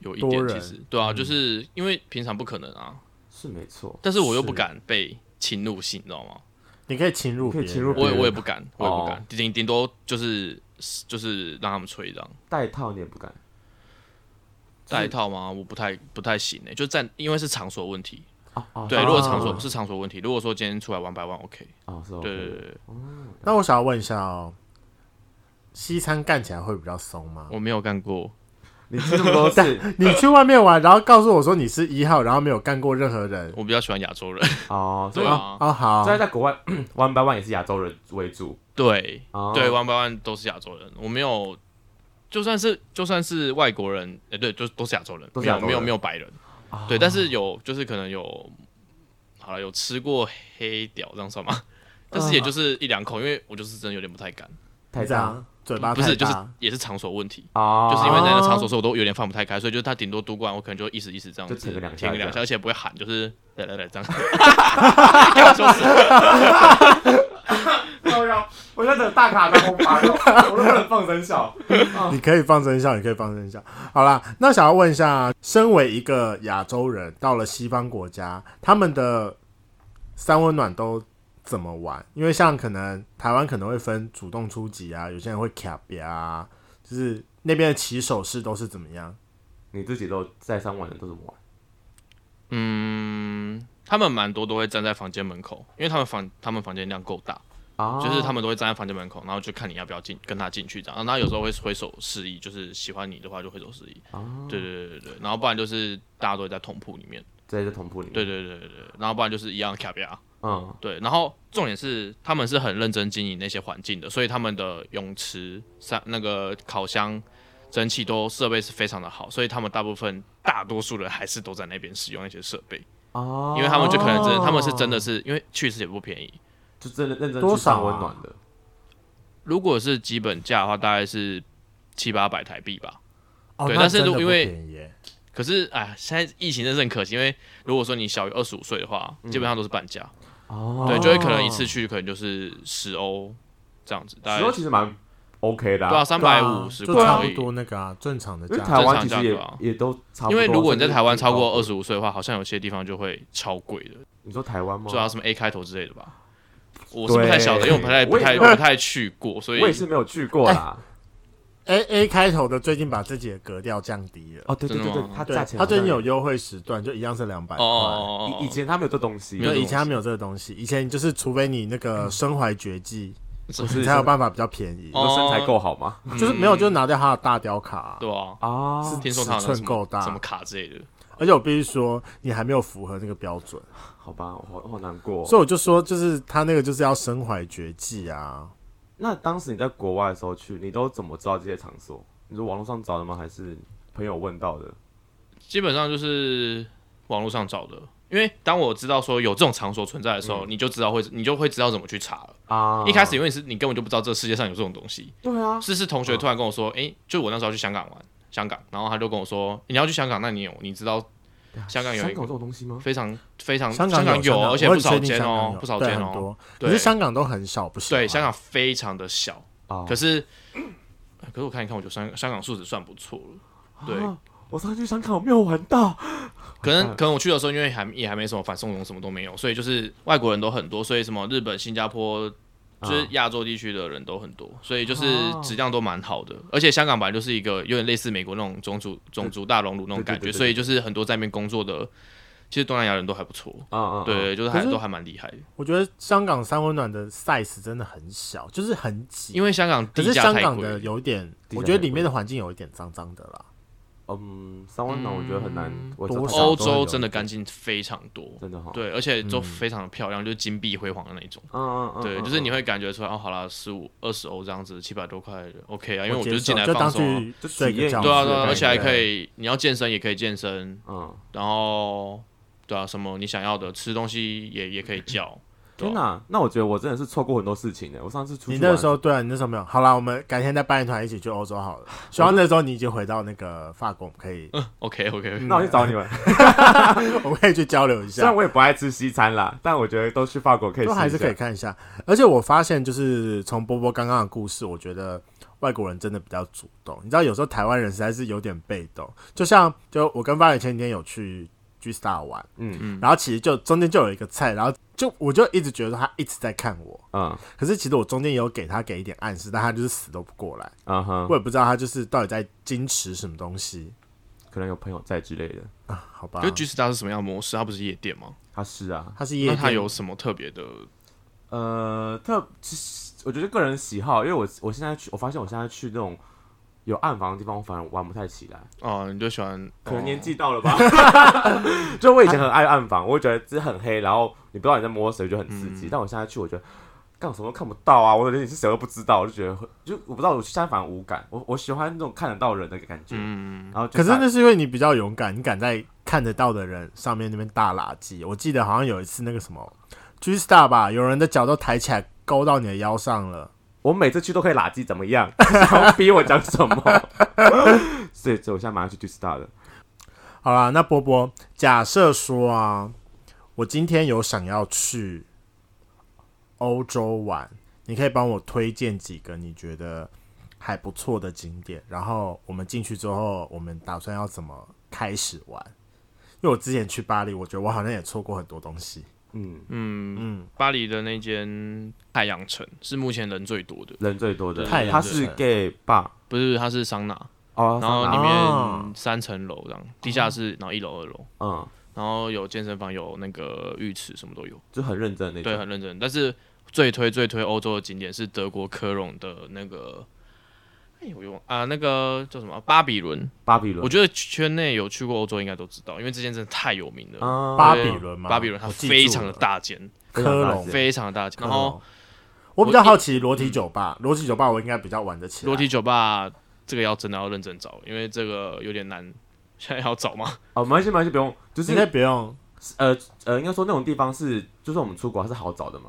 Speaker 3: 有一
Speaker 1: 多
Speaker 3: 点
Speaker 1: 人嗯
Speaker 3: 其实对啊，就是因为平常不可能啊，
Speaker 2: 是没错，
Speaker 3: 但是我又不
Speaker 1: 是
Speaker 3: 敢被侵入性，你知道吗？
Speaker 1: 你可以侵入别
Speaker 2: 可以
Speaker 1: 人，
Speaker 2: 侵入
Speaker 3: 我
Speaker 2: 别
Speaker 3: 也
Speaker 2: 人
Speaker 3: 我也不敢，我也不
Speaker 2: 哦
Speaker 3: 敢，顶顶多就是就是让他们吹这样。
Speaker 2: 戴套你也不敢。是
Speaker 3: 戴套吗？我不太不太行诶、就站，因为是场所问题。
Speaker 2: 啊啊
Speaker 3: 对，
Speaker 2: 是
Speaker 3: 如
Speaker 2: 啊
Speaker 3: 果场所是场所问题，如果说今天出来玩百万，OK。
Speaker 2: 啊是 OK
Speaker 3: 对对对对，
Speaker 1: 那我想要问一下哦，西餐干起来会比较松吗？
Speaker 3: 我没有干过，
Speaker 2: 你去那么 多次
Speaker 1: 你去外面玩，然后告诉我说你是一号，然后没有干过任何人。
Speaker 3: 我比较喜欢亚洲人。
Speaker 2: 哦，所
Speaker 3: 对
Speaker 2: 以
Speaker 3: 啊，
Speaker 1: 哦，好
Speaker 2: 所，以在国外 one by one 也是亚洲人为主。
Speaker 3: 对
Speaker 2: 哦
Speaker 3: 对，one by one 都是亚洲人，我没有。就算是就算是外国人，哎、对，就都是亚洲人，
Speaker 2: 都是
Speaker 3: 没
Speaker 2: 亚
Speaker 3: 有
Speaker 2: 洲
Speaker 3: 没有
Speaker 2: 人
Speaker 3: 没有白人，
Speaker 2: 啊
Speaker 3: 对，但是有就是可能有，好了，有吃过黑屌这样算吗？但是也就是一两口，因为我就是真的有点不太敢，
Speaker 2: 太
Speaker 1: 这
Speaker 2: 大
Speaker 1: 样嘴巴
Speaker 3: 不
Speaker 1: 太
Speaker 3: 是就是
Speaker 1: 大，
Speaker 3: 也是场所问题，
Speaker 2: 啊，
Speaker 3: 就是因为在那场所，所以我都有点放不太开，所以就是他顶多嘟灌，我可能就意思意思这样子，
Speaker 2: 就舔个两下
Speaker 3: 舔个两
Speaker 2: 这样
Speaker 3: 而且不会喊，就是来来来这样。开玩笑死
Speaker 2: 靠腰我在等大卡当红牌哦，我都不能放声笑。
Speaker 1: 你可以放声笑，你可以放声笑。好啦，那想要问一下，身为一个亚洲人，到了西方国家，他们的三温暖都怎么玩？因为像可能台湾可能会分主动出击啊，有些人会卡别啊，就是那边的起手式都是怎么样？
Speaker 2: 你自己都在三玩的都怎么玩？
Speaker 3: 嗯， 他们蛮多都会站在房间门口，因为他们房他们房间量够大，
Speaker 2: 啊
Speaker 3: 就是他们都会站在房间门口，然后就看你要不要进跟他进去这样。然后他有时候会挥手示意，就是喜欢你的话就挥手示意。
Speaker 2: 哦
Speaker 3: 对对对对对，然后不然就是大家都会在同铺里面，
Speaker 2: 在这同步里面。
Speaker 3: 对对对对对，然后不然就是一样卡比亚。
Speaker 2: 嗯，
Speaker 3: 对，然后重点是他们是很认真经营那些环境的，所以他们的泳池、三那个烤箱、蒸汽都设备是非常的好，所以他们大部分大多数人还是都在那边使用那些设备，
Speaker 2: 哦，
Speaker 3: 因为他们就可能真的，他们是真的是因为去一次也不便宜，
Speaker 2: 就真的认真
Speaker 1: 多
Speaker 2: 去上
Speaker 1: 少啊
Speaker 2: 温暖的。
Speaker 3: 如果是基本价的话，大概是七八百台币吧。
Speaker 1: 哦，
Speaker 3: 对
Speaker 1: 那
Speaker 3: 但是
Speaker 1: 真的
Speaker 3: 如
Speaker 1: 不
Speaker 3: 因为
Speaker 1: 便宜耶
Speaker 3: 可是，哎，现在疫情真是很可惜，因为如果说你小于二十五岁的话，基本上都是半价，
Speaker 2: 哦
Speaker 1: 嗯
Speaker 3: 对，就会可能一次去可能就是十欧这样子，大
Speaker 2: 石头
Speaker 3: 概
Speaker 2: 其实蛮 OK 的
Speaker 3: 对啊，
Speaker 2: 啊，
Speaker 3: 三
Speaker 1: 对
Speaker 3: 百
Speaker 1: 啊
Speaker 3: 五十
Speaker 1: 就
Speaker 3: 块
Speaker 1: 差
Speaker 3: 而
Speaker 1: 不
Speaker 3: 已。
Speaker 1: 多那个啊，正常的
Speaker 2: 因为
Speaker 1: 价
Speaker 2: 台
Speaker 1: 格。
Speaker 2: 湾其实
Speaker 3: 正常价格啊
Speaker 2: 也也都差不多。
Speaker 3: 因为如果你在
Speaker 2: 甚至
Speaker 3: 台湾超过
Speaker 2: 更高
Speaker 3: 二，十五岁的话，好像有些地方就会超贵的，
Speaker 2: 你说台湾吗？
Speaker 3: 就要什么 A 开头之类的吧。我是不太
Speaker 2: 对
Speaker 3: 晓得，因为我不太
Speaker 2: 我
Speaker 3: 不
Speaker 2: 也
Speaker 3: 太
Speaker 2: 没有
Speaker 3: 不太去过，所以哎
Speaker 2: 我也是没有去过啦。
Speaker 1: A 哎 A 开头的最近把自己的格调降低了，
Speaker 2: 哦，对对
Speaker 3: 真的
Speaker 2: 对对
Speaker 3: 吗，
Speaker 2: 它
Speaker 1: 对
Speaker 2: 价，钱
Speaker 1: 他
Speaker 2: 好像
Speaker 1: 最近有优惠时段，就一样是两百
Speaker 3: 哦
Speaker 1: 块。
Speaker 3: 哦哦
Speaker 2: 以以前他没有这东西，
Speaker 3: 没有
Speaker 1: 对，
Speaker 3: 这
Speaker 1: 以
Speaker 3: 种
Speaker 1: 前他没有这个东西，以前就是除非你那个身怀绝技，
Speaker 2: 不是
Speaker 1: 你才有办法比较便宜，
Speaker 3: 嗯哦嗯
Speaker 2: 你说身材够好吗？
Speaker 1: 就是没有就拿掉他的大雕卡啊、
Speaker 3: 对啊，
Speaker 2: 啊，
Speaker 1: 是
Speaker 3: 听说他有那
Speaker 1: 尺寸
Speaker 3: 什
Speaker 1: 够
Speaker 3: 么
Speaker 1: 大
Speaker 3: 什么卡之类的，
Speaker 1: 而且我必须说你还没有符合那个标准，
Speaker 2: 好吧，我好我好难过。哦
Speaker 1: 所以我就说就是他那个就是要身怀绝技啊，
Speaker 2: 那当时你在国外的时候去，你都怎么知道这些场所？你是网络上找的吗？还是朋友问到的？
Speaker 3: 基本上就是网络上找的。因为当我知道说有这种场所存在的时候，你就知道会，你就会知道怎么去查了。
Speaker 2: 啊
Speaker 3: 一开始因为你是你根本就不知道这世界上有这种东西，
Speaker 2: 对啊，
Speaker 3: 是是同学突然跟我说，哎、就我那时候要去香港玩，香港，然后他就跟我说，你要去香港，那你有你知道香港有
Speaker 2: 香
Speaker 3: 一
Speaker 2: 港
Speaker 3: 个
Speaker 2: 这种东西吗？
Speaker 3: 非常非常
Speaker 1: 香
Speaker 3: 嗯港
Speaker 1: 有，香
Speaker 3: 而且
Speaker 1: 我
Speaker 3: 不
Speaker 1: 很
Speaker 3: 少
Speaker 1: 确定
Speaker 3: 间
Speaker 1: 香港
Speaker 3: 哦
Speaker 1: 有，
Speaker 3: 不少
Speaker 1: 对
Speaker 3: 间
Speaker 1: 很
Speaker 3: 哦，
Speaker 1: 多，可是
Speaker 3: 对
Speaker 1: 香港都很少，不是？啊
Speaker 3: 对，香港非常的小，
Speaker 2: 哦
Speaker 3: 可是可是我看一看，我觉得香香港素质算不错了，对，
Speaker 2: 啊，我上次去香港我没有玩到。
Speaker 3: 可
Speaker 1: 哦
Speaker 3: 能可能我去的时候，因为还也还没什么反送中，什么都没有，所以就是外国人都很多，所以什么日本、新加坡。就是
Speaker 1: 嗯
Speaker 3: 亚洲地区的人都很多，所以就是
Speaker 2: 哦
Speaker 3: 质量都蛮好的。而且香港本来就是一个有点类似美国那种种族种族大熔炉那种感
Speaker 2: 对对
Speaker 3: 觉，
Speaker 2: 对对
Speaker 3: 所以就是很多在那边工作的其实东南亚人都还不错，
Speaker 2: 啊啊，
Speaker 3: 对，就是
Speaker 1: 嗯
Speaker 3: 还
Speaker 1: 可是
Speaker 3: 都还蛮厉害的。
Speaker 1: 我觉得香港三温暖的 size 真的很小，就是很挤。
Speaker 3: 因为香港
Speaker 1: 可
Speaker 3: 地
Speaker 1: 是
Speaker 3: 价
Speaker 1: 香
Speaker 3: 太
Speaker 1: 港
Speaker 3: 贵
Speaker 1: 的
Speaker 3: 了，
Speaker 1: 有一点，
Speaker 2: 地价
Speaker 1: 我觉得
Speaker 2: 太贵
Speaker 1: 里面的环境有一点脏脏的啦。
Speaker 2: 嗯，三温暖我觉得很难，
Speaker 1: 嗯
Speaker 2: 我知道
Speaker 1: 多
Speaker 2: 它
Speaker 1: 少
Speaker 3: 欧
Speaker 1: 都很
Speaker 3: 洲
Speaker 1: 有哦
Speaker 3: 真的
Speaker 1: 趣
Speaker 3: 干净非常多，
Speaker 2: 真的哈，，
Speaker 3: 对，而且
Speaker 1: 嗯
Speaker 3: 都非常的漂亮，就是金碧辉煌的那一种。
Speaker 2: 嗯嗯嗯，
Speaker 3: 对，
Speaker 2: 嗯
Speaker 3: 就是你
Speaker 2: 嗯
Speaker 3: 会感觉出来，哦，好啦，十五、二十欧这样子，七百多块，OK 啊，因为
Speaker 1: 我
Speaker 3: 我
Speaker 1: 接
Speaker 3: 就是进
Speaker 1: 受
Speaker 3: 来
Speaker 1: 就
Speaker 3: 放
Speaker 1: 当
Speaker 3: 松啊、
Speaker 1: 去
Speaker 2: 就
Speaker 1: 睡
Speaker 2: 体
Speaker 1: 个
Speaker 2: 验
Speaker 1: 觉
Speaker 2: 一
Speaker 1: 子
Speaker 3: 对
Speaker 1: 的感
Speaker 3: 啊，
Speaker 1: 觉，
Speaker 3: 对啊，而且还
Speaker 2: 对
Speaker 3: 可以，你要健身也可以健身，
Speaker 2: 嗯，
Speaker 3: 然后，对啊，什么你想要的，吃东西也也可以叫。对
Speaker 2: 天
Speaker 3: 啊
Speaker 2: 哪，那我觉得我真的是错过很多事情的。我上次出去
Speaker 1: 你那
Speaker 2: 玩
Speaker 1: 时候对啊，你那时候没有。好啦，我们改天再办一团一起去欧洲 好了。希望那时候你已经回到那个法国，我们可以，
Speaker 3: OK
Speaker 1: 嗯
Speaker 3: OK，
Speaker 2: 那我去找你们。
Speaker 1: 我们可以去交流一
Speaker 2: 虽然
Speaker 1: 下，
Speaker 2: 我也不爱吃西餐啦，但我觉得都去法国可以试
Speaker 1: 都
Speaker 2: 一下，
Speaker 1: 还是可以看一下。而且我发现，就是从波波刚刚的故事，我觉得外国人真的比较主动。你知道，有时候台湾人实在是有点被动。就像，就我跟发源前几天有去 G Star 玩，
Speaker 2: 嗯
Speaker 3: 嗯
Speaker 1: 然后其实就中间就有一个菜，然后就我就一直觉得他一直在看我，
Speaker 2: 嗯
Speaker 1: 可是其实我中间有给他给一点暗示，但他就是死都不过来。
Speaker 2: 嗯哼
Speaker 1: 我，也不知道他就是到底在矜持什么东西
Speaker 2: 可能有朋友在之类的。
Speaker 1: 啊？好吧
Speaker 3: 就，G Star 是什么样的模式？它不是夜店吗？
Speaker 2: 他是啊，
Speaker 1: 他是夜
Speaker 3: 那它
Speaker 1: 店，
Speaker 3: 有什么特别的？
Speaker 2: 呃，特其实我觉得个人喜好，因为我我现在去，我发现我现在去那种有暗房的地方，我反而玩不太起来。
Speaker 3: 哦，你就喜欢
Speaker 2: 可能年
Speaker 3: 哦
Speaker 2: 纪到了吧， 就我以前很爱暗房，我会觉得这很黑，然后你不知道你在摸谁，就很刺激。
Speaker 1: 嗯
Speaker 2: 但我现在去，我觉得干我什么都看不到啊，我连你是谁都不知道，我就觉得会就我不知道，我现在反而无感。我我喜欢那种看得到人的感觉，
Speaker 3: 嗯，
Speaker 2: 然后就
Speaker 1: 可是
Speaker 2: 在
Speaker 1: 那是因为你比较勇敢，你敢在看得到的人上面那边大垃圾。我记得好像有一次那个什么 G Star 吧，有人的脚都抬起来勾到你的腰上了。
Speaker 2: 我每次去都可以拉鸡，怎么样？ 然后逼我讲什么？ 所以，所以我现在马上去 do star 了。
Speaker 1: 好啦，那波波，假设说啊，我今天有想要去欧洲玩，你可以帮我推荐几个你觉得还不错的景点，然后我们进去之后，我们打算要怎么开始玩？因为我之前去巴黎，我觉得我好像也错过很多东西。
Speaker 2: 嗯，
Speaker 1: 嗯，
Speaker 3: 巴黎的那间太阳城是目前人最多的，
Speaker 2: 人最多的，
Speaker 1: 太阳
Speaker 2: 他是 gay bar
Speaker 3: 不是它是桑拿，
Speaker 2: 哦，
Speaker 3: 然后里
Speaker 1: 哦
Speaker 3: 面三层楼这样，地下室，然后一楼、二楼，
Speaker 2: 嗯，
Speaker 3: 然后有健身房，有那个浴池，什么都有，
Speaker 2: 就很认真的那
Speaker 3: 对，
Speaker 2: 种。
Speaker 3: 很认真。但是最推最推欧洲的景点是德国科隆的那个，哎，我用啊那个叫什么巴比伦，
Speaker 2: 巴比伦，
Speaker 3: 我觉得圈内有去过欧洲应该都知道，因为这间真的太有名了。
Speaker 2: 啊
Speaker 1: 巴
Speaker 3: 对
Speaker 1: 比伦吗
Speaker 3: 嗯巴比伦它
Speaker 1: 我记住
Speaker 3: 非常的
Speaker 1: 了嗯
Speaker 3: 大间，
Speaker 2: 非常大
Speaker 1: 科隆
Speaker 2: 间
Speaker 3: 非常的大间，然后
Speaker 1: 我比较好奇裸体酒吧，裸体酒吧我应该比较玩得起来。
Speaker 3: 裸体酒吧这个要真的要认真找，因为这个有点难。现在要找吗？
Speaker 2: 哦，没关系，没关系，不用，就
Speaker 1: 应该
Speaker 2: 是
Speaker 1: 不用，
Speaker 2: 呃呃，应该说那种地方是，就是我们出国它是好找的嘛，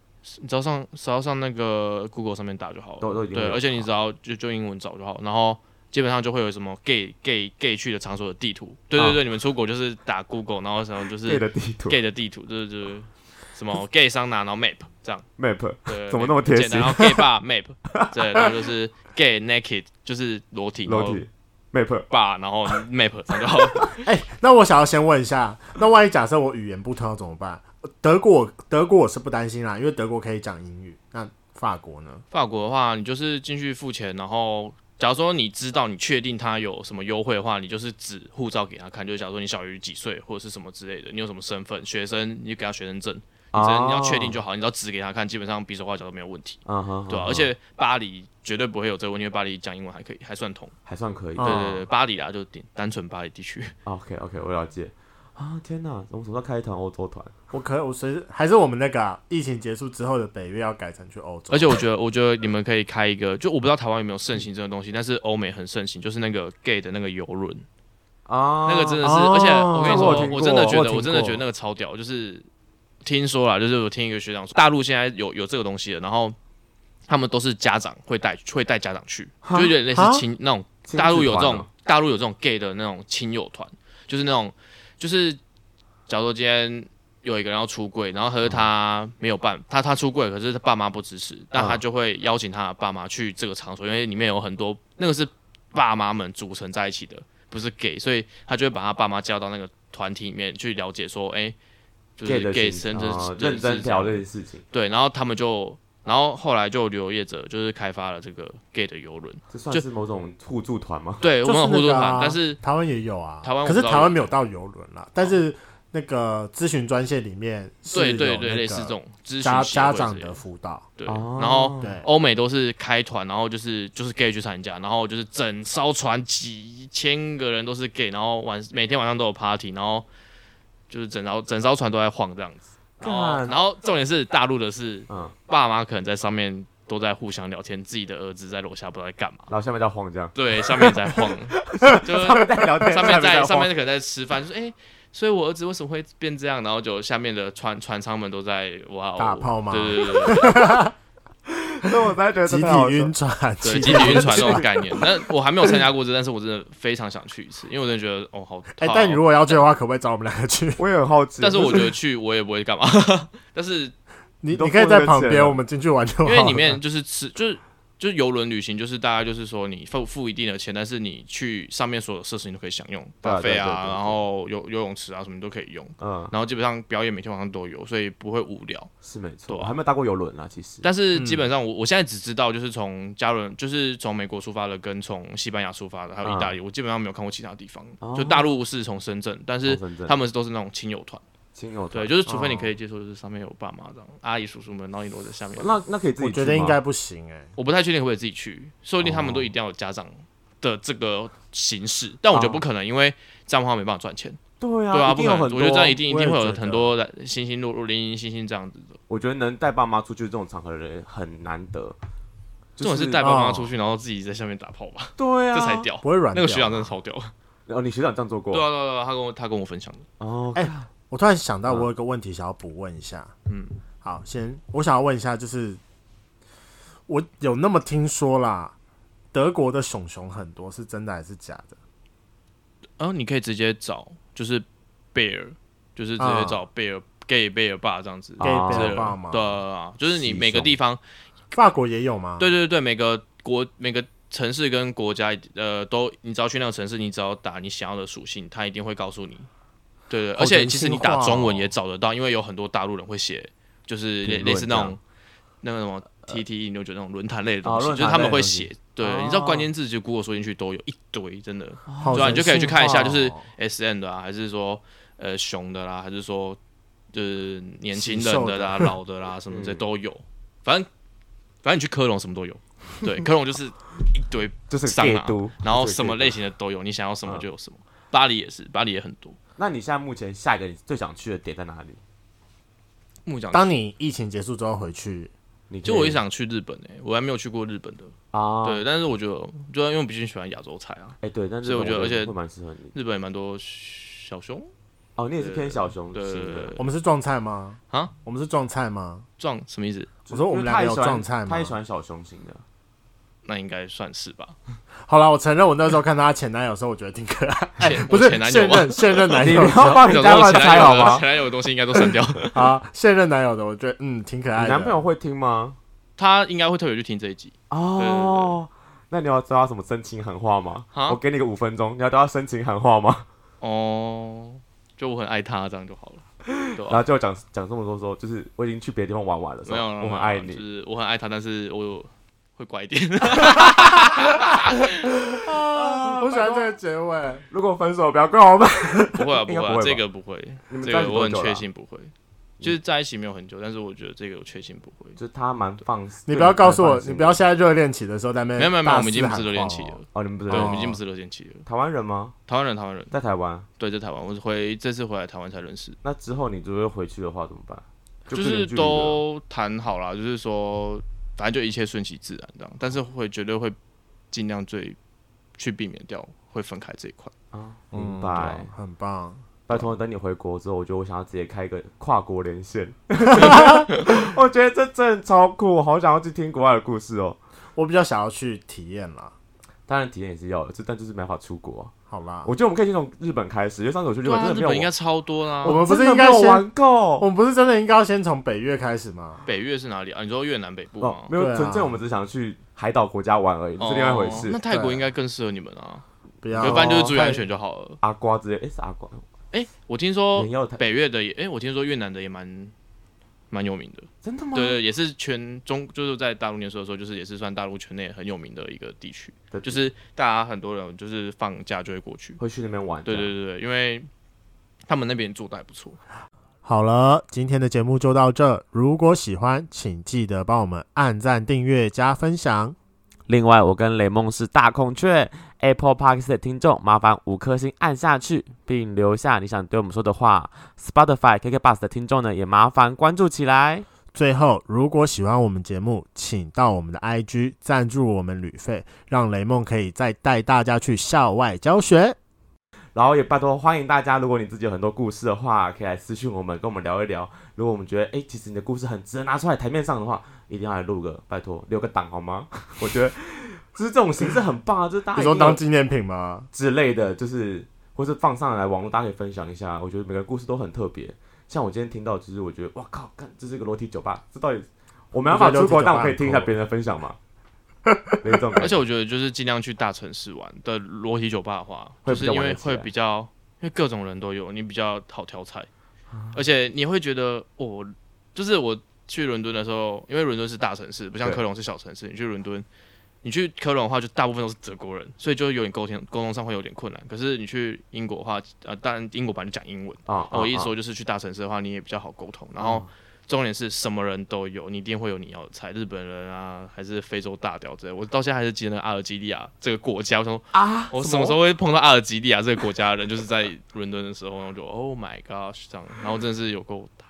Speaker 3: 你只要上，只要上那个 Google 上面打就好了。
Speaker 2: 都都已经
Speaker 3: 对，
Speaker 2: 有
Speaker 3: 而且你只要就就英文找就好，然后基本上就会有什么 gay gay gay 去的场所的地图。对对对，你们出国就是打 Google，然后什么就是
Speaker 2: 啊 gay 的地图
Speaker 3: gay 的地图，就是就是 什么 gay 桑拿，然后 map 这样。
Speaker 2: map，
Speaker 3: 对，
Speaker 2: 怎么那么贴
Speaker 3: 很
Speaker 2: 心
Speaker 3: 简单然后 gay bar map，对，然后就是 gay naked，就是裸体，然
Speaker 2: 裸
Speaker 3: 后
Speaker 2: 体 map，
Speaker 3: bar，然后 map 这样就好了。
Speaker 1: 哎、那我想要先问一下，那万一假设我语言不通要怎么办？德国，德国我是不担心啦，因为德国可以讲英语。那法国呢？
Speaker 3: 法国的话，你就是进去付钱，然后假如说你知道你确定他有什么优惠的话，你就是指护照给他看，就假如说你小于几岁或者是什么之类的，你有什么身份，学生你就给他学生证，你只要你要确定就好，你只要指给他看，基本上比手画脚都没有问题，
Speaker 2: 啊哈，
Speaker 3: 对
Speaker 2: 嗯
Speaker 3: 吧、
Speaker 2: 哼
Speaker 3: 而且巴黎绝对不会有这个问题，因为巴黎讲英文还可以，还算通。
Speaker 2: 还算可以，
Speaker 1: 哦
Speaker 3: 对对对，巴黎啦，就点单纯巴黎地区。
Speaker 2: ，OK OK，我了解。啊天哪，我们什么时候开一团欧洲团？
Speaker 1: 我可我随时还是我们那个啊、疫情结束之后的北约要改成去欧洲，
Speaker 3: 而且我觉得，我觉得你们可以开一个，就我不知道台湾有没有盛行这种东西，但是欧美很盛行，就是那个 gay 的那个游轮。
Speaker 2: 啊，
Speaker 3: 那个真的是，
Speaker 1: 哦
Speaker 3: 而且我跟你
Speaker 2: 我有
Speaker 3: 说，
Speaker 2: 听
Speaker 3: 我真的
Speaker 2: 过
Speaker 3: 觉
Speaker 2: 我有
Speaker 3: 得，
Speaker 2: 听
Speaker 3: 我真的
Speaker 2: 过
Speaker 3: 觉得那个超屌，就是听说啦，就是我听一个学长说，大陆现在有有这个东西了，然后他们都是家长会带会带家长去，
Speaker 2: 哈
Speaker 3: 就有点类似
Speaker 1: 哈
Speaker 3: 亲那种
Speaker 2: 亲子
Speaker 3: 大陆有这
Speaker 2: 团
Speaker 3: 种
Speaker 2: 哦
Speaker 3: 大陆有这种 gay 的那种亲友团，就是那种就是，假如说今天。有一个人要出柜，然后可是他没有办他他出柜，可是他爸妈不支持，那他
Speaker 2: 嗯
Speaker 3: 就会邀请他的爸妈去这个场所，因为里面有很多那个是爸妈们组成在一起的，不是 gay，所以他就会把他爸妈叫到那个团体里面去了解说，哎、就是
Speaker 2: gay 的
Speaker 3: gay
Speaker 2: 行
Speaker 3: 生
Speaker 2: 哦
Speaker 3: 就是
Speaker 2: 认真聊这
Speaker 3: 是
Speaker 2: 件事情，
Speaker 3: 对，然后他们就，然后后来就旅游业者就是开发了这个 gay 的游轮，
Speaker 2: 这算
Speaker 3: 就是
Speaker 2: 某种互助团吗？
Speaker 3: 对，
Speaker 1: 就
Speaker 3: 我们有互
Speaker 1: 那
Speaker 3: 助
Speaker 1: 个
Speaker 3: 团，
Speaker 1: 啊
Speaker 3: 但是
Speaker 1: 台湾也有啊，
Speaker 3: 台湾我
Speaker 1: 可是
Speaker 3: 不知道
Speaker 1: 台湾
Speaker 3: 有
Speaker 1: 没有到游轮啦，但是那个咨询专线里面是
Speaker 3: 对
Speaker 1: 有
Speaker 3: 对对，
Speaker 1: 那
Speaker 3: 类似
Speaker 1: 个
Speaker 3: 这种咨
Speaker 1: 家
Speaker 3: 询协
Speaker 1: 家
Speaker 3: 会之
Speaker 1: 长
Speaker 3: 类
Speaker 1: 的辅导，
Speaker 3: 对，
Speaker 2: 哦
Speaker 3: 然后
Speaker 1: 对
Speaker 3: 欧美都是开团，然后就是就是 gay 去参加，然后就是整艘船几千个人都是 gay，然后晚每天晚上都有 party，然后就是整艘整艘船都在晃这样子。然后
Speaker 2: 干
Speaker 3: 然后重点是大陆的是
Speaker 2: 嗯，
Speaker 3: 爸妈可能在上面都在互相聊天，自己的儿子在楼下不知道在干嘛，
Speaker 2: 然后下面叫黄江，
Speaker 3: 对，上面在晃， 就是
Speaker 2: 他们在聊天，
Speaker 3: 上面在
Speaker 2: 在
Speaker 3: 上面可能在吃饭，就说哎、诶所以我儿子为什么会变这样？然后就下面的船船舱们都在哇哦
Speaker 1: 打炮吗
Speaker 3: 对对对对
Speaker 2: 所以我才觉得
Speaker 1: 集
Speaker 2: 真
Speaker 1: 体
Speaker 2: 的好笑
Speaker 1: 晕 船，
Speaker 3: 对，集体晕船哦那种概念。但我还没有参加过这，但是我真的非常想去一次，因为我真的觉得哦好。
Speaker 1: 哎、
Speaker 3: 好
Speaker 1: 但你如果要去的话，可不可以找我们两个去？
Speaker 2: 我也很好奇，
Speaker 3: 但是我
Speaker 2: 就
Speaker 3: 觉得去我也不会干嘛， 但是
Speaker 1: 你
Speaker 2: 你都
Speaker 1: 你可以
Speaker 2: 付那
Speaker 1: 在
Speaker 2: 个
Speaker 1: 旁
Speaker 2: 钱
Speaker 1: 边，
Speaker 2: 了
Speaker 1: 我们进去玩就好
Speaker 3: 因
Speaker 1: 了。
Speaker 3: 为里面就是吃，就是就是游轮旅行，就是大家就是说你付付一定的钱，但是你去上面所有设施你都可以享用，
Speaker 2: 对啊
Speaker 3: 巴费
Speaker 2: 对对
Speaker 3: 啊，
Speaker 2: 对
Speaker 3: 然后游游泳池啊什么你都可以用，
Speaker 2: 嗯
Speaker 3: 然后基本上表演每天晚上都有，所以不会无聊。
Speaker 2: 是没错，
Speaker 3: 对啊
Speaker 2: 我还没有搭过游轮啊，其实
Speaker 3: 但是基本上我我现在只知道就是从加伦，就是从美国出发的，跟从西班牙出发的，还有意大利，我基本上没有看过其他地方
Speaker 2: 啊哦。
Speaker 3: 就大陆是从深圳，但是
Speaker 2: 从深圳哦
Speaker 3: 他们都是那种亲友团，
Speaker 2: 亲友团
Speaker 3: 对，就是除非你可
Speaker 2: 以，
Speaker 3: 以接受，就是上面有爸妈这样，阿姨叔叔们，然后你躲在下面。
Speaker 2: 那那可以自己
Speaker 1: 我觉
Speaker 2: 去
Speaker 1: 得应
Speaker 2: 吗
Speaker 1: 该不行哎、
Speaker 3: 我不太确定可不可以自己去，说不定他们都一定要有家长的这个形式，但我觉得不可能，因为这样的话没办法赚钱，
Speaker 2: 哦对啊，
Speaker 3: 对啊，
Speaker 2: 一
Speaker 3: 不
Speaker 2: 定有
Speaker 3: 可能，
Speaker 2: 很
Speaker 3: 我
Speaker 2: 多，
Speaker 3: 觉得这样一定一
Speaker 1: 我也
Speaker 3: 定会
Speaker 1: 觉
Speaker 3: 有
Speaker 1: 得
Speaker 3: 很多的星星落落零零星星这样子的，
Speaker 2: 我觉得能带爸妈出去这种场合的人很难得，
Speaker 3: 这
Speaker 2: 就啊哦
Speaker 3: 种是带爸妈出去，然后自己在下面打炮吧，
Speaker 2: 对啊，
Speaker 3: 这才。屌
Speaker 1: 不。会软
Speaker 3: 那
Speaker 1: 掉。
Speaker 3: 个学长真的超屌，
Speaker 2: 哦，你学长这样做过？
Speaker 3: 对啊对啊对啊，他跟我他跟我分享的，
Speaker 2: 哦，
Speaker 1: 哎我突然想到，
Speaker 2: 嗯
Speaker 1: 我有一个问题想要补问一下。
Speaker 3: 嗯，
Speaker 1: 好，先我想要问一下，就是我有那么听说啦，德国的熊熊很多，是真的还是假的？
Speaker 3: 然啊后你可以直接找就是贝尔，就是直接
Speaker 1: 啊
Speaker 3: 找贝尔 gay 贝尔爸这样子，
Speaker 2: 啊
Speaker 1: 可以
Speaker 3: 这
Speaker 1: 被
Speaker 3: 个
Speaker 1: 爸吗？
Speaker 3: 对啊，对啊就是你
Speaker 2: 西
Speaker 3: 每个
Speaker 2: 送啊
Speaker 3: 地方
Speaker 1: 法国也有吗？
Speaker 3: 对，对对，每个国每个城市跟国家，呃，都你只要去那个城市，你只要打你想要的属性，它一定会告诉你。对对，
Speaker 1: 好
Speaker 3: 而且
Speaker 1: 人
Speaker 3: 其
Speaker 1: 性
Speaker 3: 实你打
Speaker 1: 化
Speaker 3: 中文
Speaker 1: 哦
Speaker 3: 也找得到，因为有很多大陆人会写，就是类
Speaker 2: 评
Speaker 3: 类似
Speaker 2: 论这
Speaker 3: 那种
Speaker 2: 样呃
Speaker 3: 那个什么 T T E，牛九那种论坛类的东
Speaker 2: 哦
Speaker 3: 西，
Speaker 2: 论
Speaker 3: 就是
Speaker 2: 坛
Speaker 3: 他
Speaker 2: 类
Speaker 3: 们
Speaker 2: 的
Speaker 3: 会
Speaker 2: 东西
Speaker 3: 写。对，你知道关
Speaker 2: 哦
Speaker 3: 键字就 Google 搜进去都有一堆，真的。
Speaker 1: 好
Speaker 3: 对啊，
Speaker 1: 人
Speaker 3: 你就可以去看一下，就是
Speaker 1: 性化哦
Speaker 3: S N 的啊，还是说呃熊的啦，还是说就是年轻
Speaker 1: 禽兽
Speaker 3: 人的 啦、老的啦，什么这
Speaker 2: 嗯
Speaker 3: 都有。反正反正你去科隆什么都有，对，科隆就是一堆，
Speaker 2: 就是
Speaker 3: 上
Speaker 2: gay
Speaker 3: 啊
Speaker 2: 都，
Speaker 3: 然后
Speaker 2: 就是
Speaker 3: 什么
Speaker 2: gay
Speaker 3: 类
Speaker 2: 都？
Speaker 3: 型的都有，你想要什么
Speaker 2: 嗯
Speaker 3: 就有什么。巴黎也是，巴黎也很多。
Speaker 2: 那你现在目前下一个你最想去的点在哪里？
Speaker 3: 木匠，
Speaker 1: 当你疫情结束之后回去，
Speaker 2: 你
Speaker 3: 就我也
Speaker 2: 一
Speaker 3: 想去日本诶、我还没有去过日本的。
Speaker 2: 啊，
Speaker 3: 对，但是我觉得，就因为我毕竟喜欢亚洲菜啊，
Speaker 2: 哎对，但
Speaker 3: 所以我觉得而且
Speaker 2: 会蛮适合你
Speaker 3: 日本也蛮多小熊
Speaker 2: 哦，你也是偏小熊
Speaker 3: 对
Speaker 2: 型的，
Speaker 1: 我们是撞菜吗？
Speaker 3: 啊，
Speaker 1: 我们是撞菜吗？
Speaker 3: 撞，什么意思？
Speaker 1: 我说我们两个有撞菜
Speaker 2: 菜
Speaker 1: 吗
Speaker 2: 他也喜欢小熊型的，
Speaker 3: 那应该算是吧。
Speaker 1: 好了，我承认我那时候看到她前男友的时候，我觉得挺可爱，
Speaker 2: 哎
Speaker 3: 前
Speaker 1: 不
Speaker 3: 我
Speaker 1: 是
Speaker 3: 前男友
Speaker 1: 现
Speaker 3: 吗？
Speaker 1: 任现任男
Speaker 2: 你
Speaker 1: 友
Speaker 2: 不
Speaker 1: 的时候
Speaker 2: 要帮
Speaker 3: 我
Speaker 2: 你
Speaker 3: 想
Speaker 2: 家
Speaker 3: 说我
Speaker 2: 乱
Speaker 3: 前
Speaker 2: 猜
Speaker 3: 男
Speaker 2: 好
Speaker 3: 友的
Speaker 2: 吗？
Speaker 3: 前男友的东西应该都删掉。
Speaker 1: 啊，现任男友的，我觉得嗯挺可爱的。
Speaker 2: 你男朋友会听吗？
Speaker 3: 他应该会特别去听这一集。
Speaker 2: 哦，那你要知道什么深情喊话吗？
Speaker 3: 哈
Speaker 2: 我给你个五分钟，你要知道深情喊话吗？
Speaker 3: 哦，就我很爱他，这样就好了。对
Speaker 2: 然后
Speaker 3: 啊？
Speaker 2: 就讲讲这么多说，就是我已经去别的地方玩完了，
Speaker 3: 没有，
Speaker 2: 说
Speaker 3: 没有
Speaker 2: 我
Speaker 3: 没有
Speaker 2: 很爱
Speaker 3: 就
Speaker 2: 你。
Speaker 3: 是我很爱他，但是我有会乖一点。
Speaker 1: 啊，我喜欢这个结尾。
Speaker 2: 如果分手，不要怪 我们。
Speaker 3: 不会啊，
Speaker 2: 应
Speaker 3: 不
Speaker 2: 该
Speaker 3: 会
Speaker 2: 不
Speaker 3: 啊，
Speaker 2: 会吧
Speaker 3: 这个不会
Speaker 2: 你，们
Speaker 3: 这
Speaker 2: 在一
Speaker 3: 个
Speaker 2: 起
Speaker 3: 我
Speaker 2: 多
Speaker 3: 很
Speaker 2: 久了啊嗯
Speaker 3: 确信不会。就是在一起没有很久，但是我觉得这个我确信不会。
Speaker 2: 就是他蛮放肆，
Speaker 1: 你不要告诉我，
Speaker 2: 对
Speaker 1: 你不要现在热恋期的时候在那边
Speaker 3: 没有没有没有，
Speaker 1: 大
Speaker 3: 我们已经不
Speaker 1: 肆
Speaker 3: 是热
Speaker 1: 喊
Speaker 3: 恋
Speaker 1: 话
Speaker 3: 期
Speaker 1: 哦
Speaker 3: 了，
Speaker 2: 哦，你们不是
Speaker 3: 对，我们已经
Speaker 1: 哦
Speaker 3: 不是热恋期了。
Speaker 2: 台湾人吗？
Speaker 3: 台湾人，台湾人，
Speaker 2: 在台湾，
Speaker 3: 对，在台湾，我是回这次回来台湾才认识，
Speaker 2: 那之后你如果回去的话怎么办？
Speaker 3: 就
Speaker 2: 不
Speaker 3: 是
Speaker 2: 远距离了
Speaker 3: 都谈好了，就是说，反正就一切顺其自然这样，但是会绝对会尽量最去避免掉会分开这一块。
Speaker 2: 啊，
Speaker 1: 嗯
Speaker 2: 明白
Speaker 1: 对。啊很棒。
Speaker 2: 拜托，等你回国之后，我觉得我想要直接开一个跨国连 线。我觉得这真的超酷，我好想要去听国外的故事哦。
Speaker 1: 我比较想要去体验啦，
Speaker 2: 当然体验也是要的，这但就是没法出国啊、
Speaker 1: 好啦，
Speaker 2: 我觉得我们可以先从日本开始，因为上次我去日
Speaker 3: 对
Speaker 2: 本
Speaker 3: 啊，
Speaker 2: 真
Speaker 3: 日
Speaker 2: 的
Speaker 3: 本
Speaker 2: 没有
Speaker 3: 应该
Speaker 2: 玩，
Speaker 3: 超多啦、
Speaker 1: 我们不是
Speaker 2: 真的
Speaker 1: 应该
Speaker 2: 没有
Speaker 1: 先
Speaker 2: 玩够
Speaker 1: 我们不是真的应该要先从北越开始吗？
Speaker 3: 北越是哪里啊？你说越南北部
Speaker 2: 哦
Speaker 3: 吗？，
Speaker 2: 没有
Speaker 1: 对啊
Speaker 2: 纯粹我们只想去海岛国家玩而已，这
Speaker 3: 哦
Speaker 2: 是另外一回事
Speaker 3: 那。泰
Speaker 1: 对
Speaker 3: 国
Speaker 1: 啊
Speaker 3: 应该更适合你们啊，
Speaker 1: 不要，
Speaker 3: 要不然就是注意安全就好了。
Speaker 2: 阿瓜之类，诶，是阿瓜，
Speaker 3: 哎、我听说
Speaker 2: 人妖泰
Speaker 3: 北越的也，哎、我听说越南的也蛮蛮有名的，
Speaker 2: 真的吗？
Speaker 3: 对对，也是全中就是在大陆念书的时候，就是也是算大陆圈内很有名的一个地区，
Speaker 2: 对
Speaker 3: 就是大家很多人就是放假就会过去。
Speaker 2: 会去那边玩。
Speaker 3: 对对对对，因为他们那边做的还不错。
Speaker 1: 好了，今天的节目就到这。如果喜欢，请记得帮我们按赞、订阅、加分享。
Speaker 2: 另外，我跟雷梦是大孔雀 Apple Park 的听众，麻烦五颗星按下去，并留下你想对我们说的话。Spotify KK Bus 的听众呢，也麻烦关注起来。
Speaker 1: 最后，如果喜欢我们节目，请到我们的 IG 赞助我们旅费，让雷梦可以再带大家去校外教学。
Speaker 2: 然后也拜托欢迎大家，如果你自己有很多故事的话，可以来私讯我们，跟我们聊一聊。如果我们觉得，哎、其实你的故事很值得拿出来台面上的话，一定要来录个，拜托留个档好吗？ 我觉得就是这种形式很棒啊，就是大家
Speaker 1: 你说
Speaker 2: 一定要
Speaker 1: 当纪念品吗？
Speaker 2: 之类的，就是或是放上来网络，大家可以分享一下。我觉得每个故事都很特别。像我今天听到，就是我觉得，哇靠，干这是一个裸体酒吧，这到底我没办法出国，但我可以听一下别人的分享嘛。没这种感觉，
Speaker 3: 而且我觉得就是尽量去大城市玩的裸体酒吧的话，
Speaker 2: 会比
Speaker 3: 就是
Speaker 2: 较
Speaker 3: 因
Speaker 2: 玩
Speaker 3: 为
Speaker 2: 得起来
Speaker 3: 会比较，因为各种人都有，你比较好挑菜，
Speaker 2: 啊
Speaker 3: 而且你会觉得哦，就是我去伦敦的时候，因为伦敦是大城市，不像
Speaker 2: 对
Speaker 3: 科隆是小城市，你去伦敦。你去科隆的话，就大部分都是德国人，所以就有点沟通沟通上会有点困难。可是你去英国的话，呃，当然英国版就讲英文，
Speaker 2: 啊，
Speaker 3: 我意思
Speaker 2: 啊，
Speaker 3: 说就是去大城市的话，你也比较好沟通。然后嗯重点是什么人都有，你一定会有你要的菜，日本人啊，还是非洲大屌之类的。我到现在还是记得那个阿尔及利亚这个国家，我想说
Speaker 2: 啊
Speaker 3: 我什么时候会碰到阿尔及利亚这个国家的人，就是在伦敦的时候，然后就 Oh my gosh 这样，然后真的是有够大。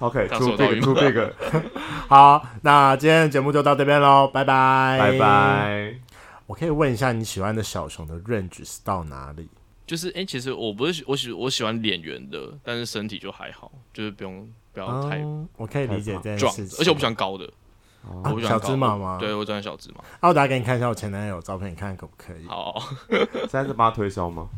Speaker 2: ？OK，
Speaker 3: 大
Speaker 2: 出
Speaker 3: 手到
Speaker 2: big
Speaker 3: 云
Speaker 2: 出 big，
Speaker 1: 好，那今天的节目就到这边喽，拜拜，
Speaker 2: 拜。拜。
Speaker 1: 我可以问一下你喜欢的小熊的 range 是到哪里？
Speaker 3: 就是哎、诶其实我不是喜我喜我喜欢脸圆的，但是身体就还好，就是不用不要哦太
Speaker 1: 嗯，我可以理解这件
Speaker 3: 壮
Speaker 1: 事情，，啊
Speaker 3: 而且我不喜欢高的，我不喜
Speaker 1: 小
Speaker 3: 欢高
Speaker 1: 芝麻吗？
Speaker 3: 对，我 喜欢小芝麻。
Speaker 1: 啊，我打给你看一下我前男友的照片，你看可不可以？
Speaker 3: 好，
Speaker 2: 现在是帮他推销吗？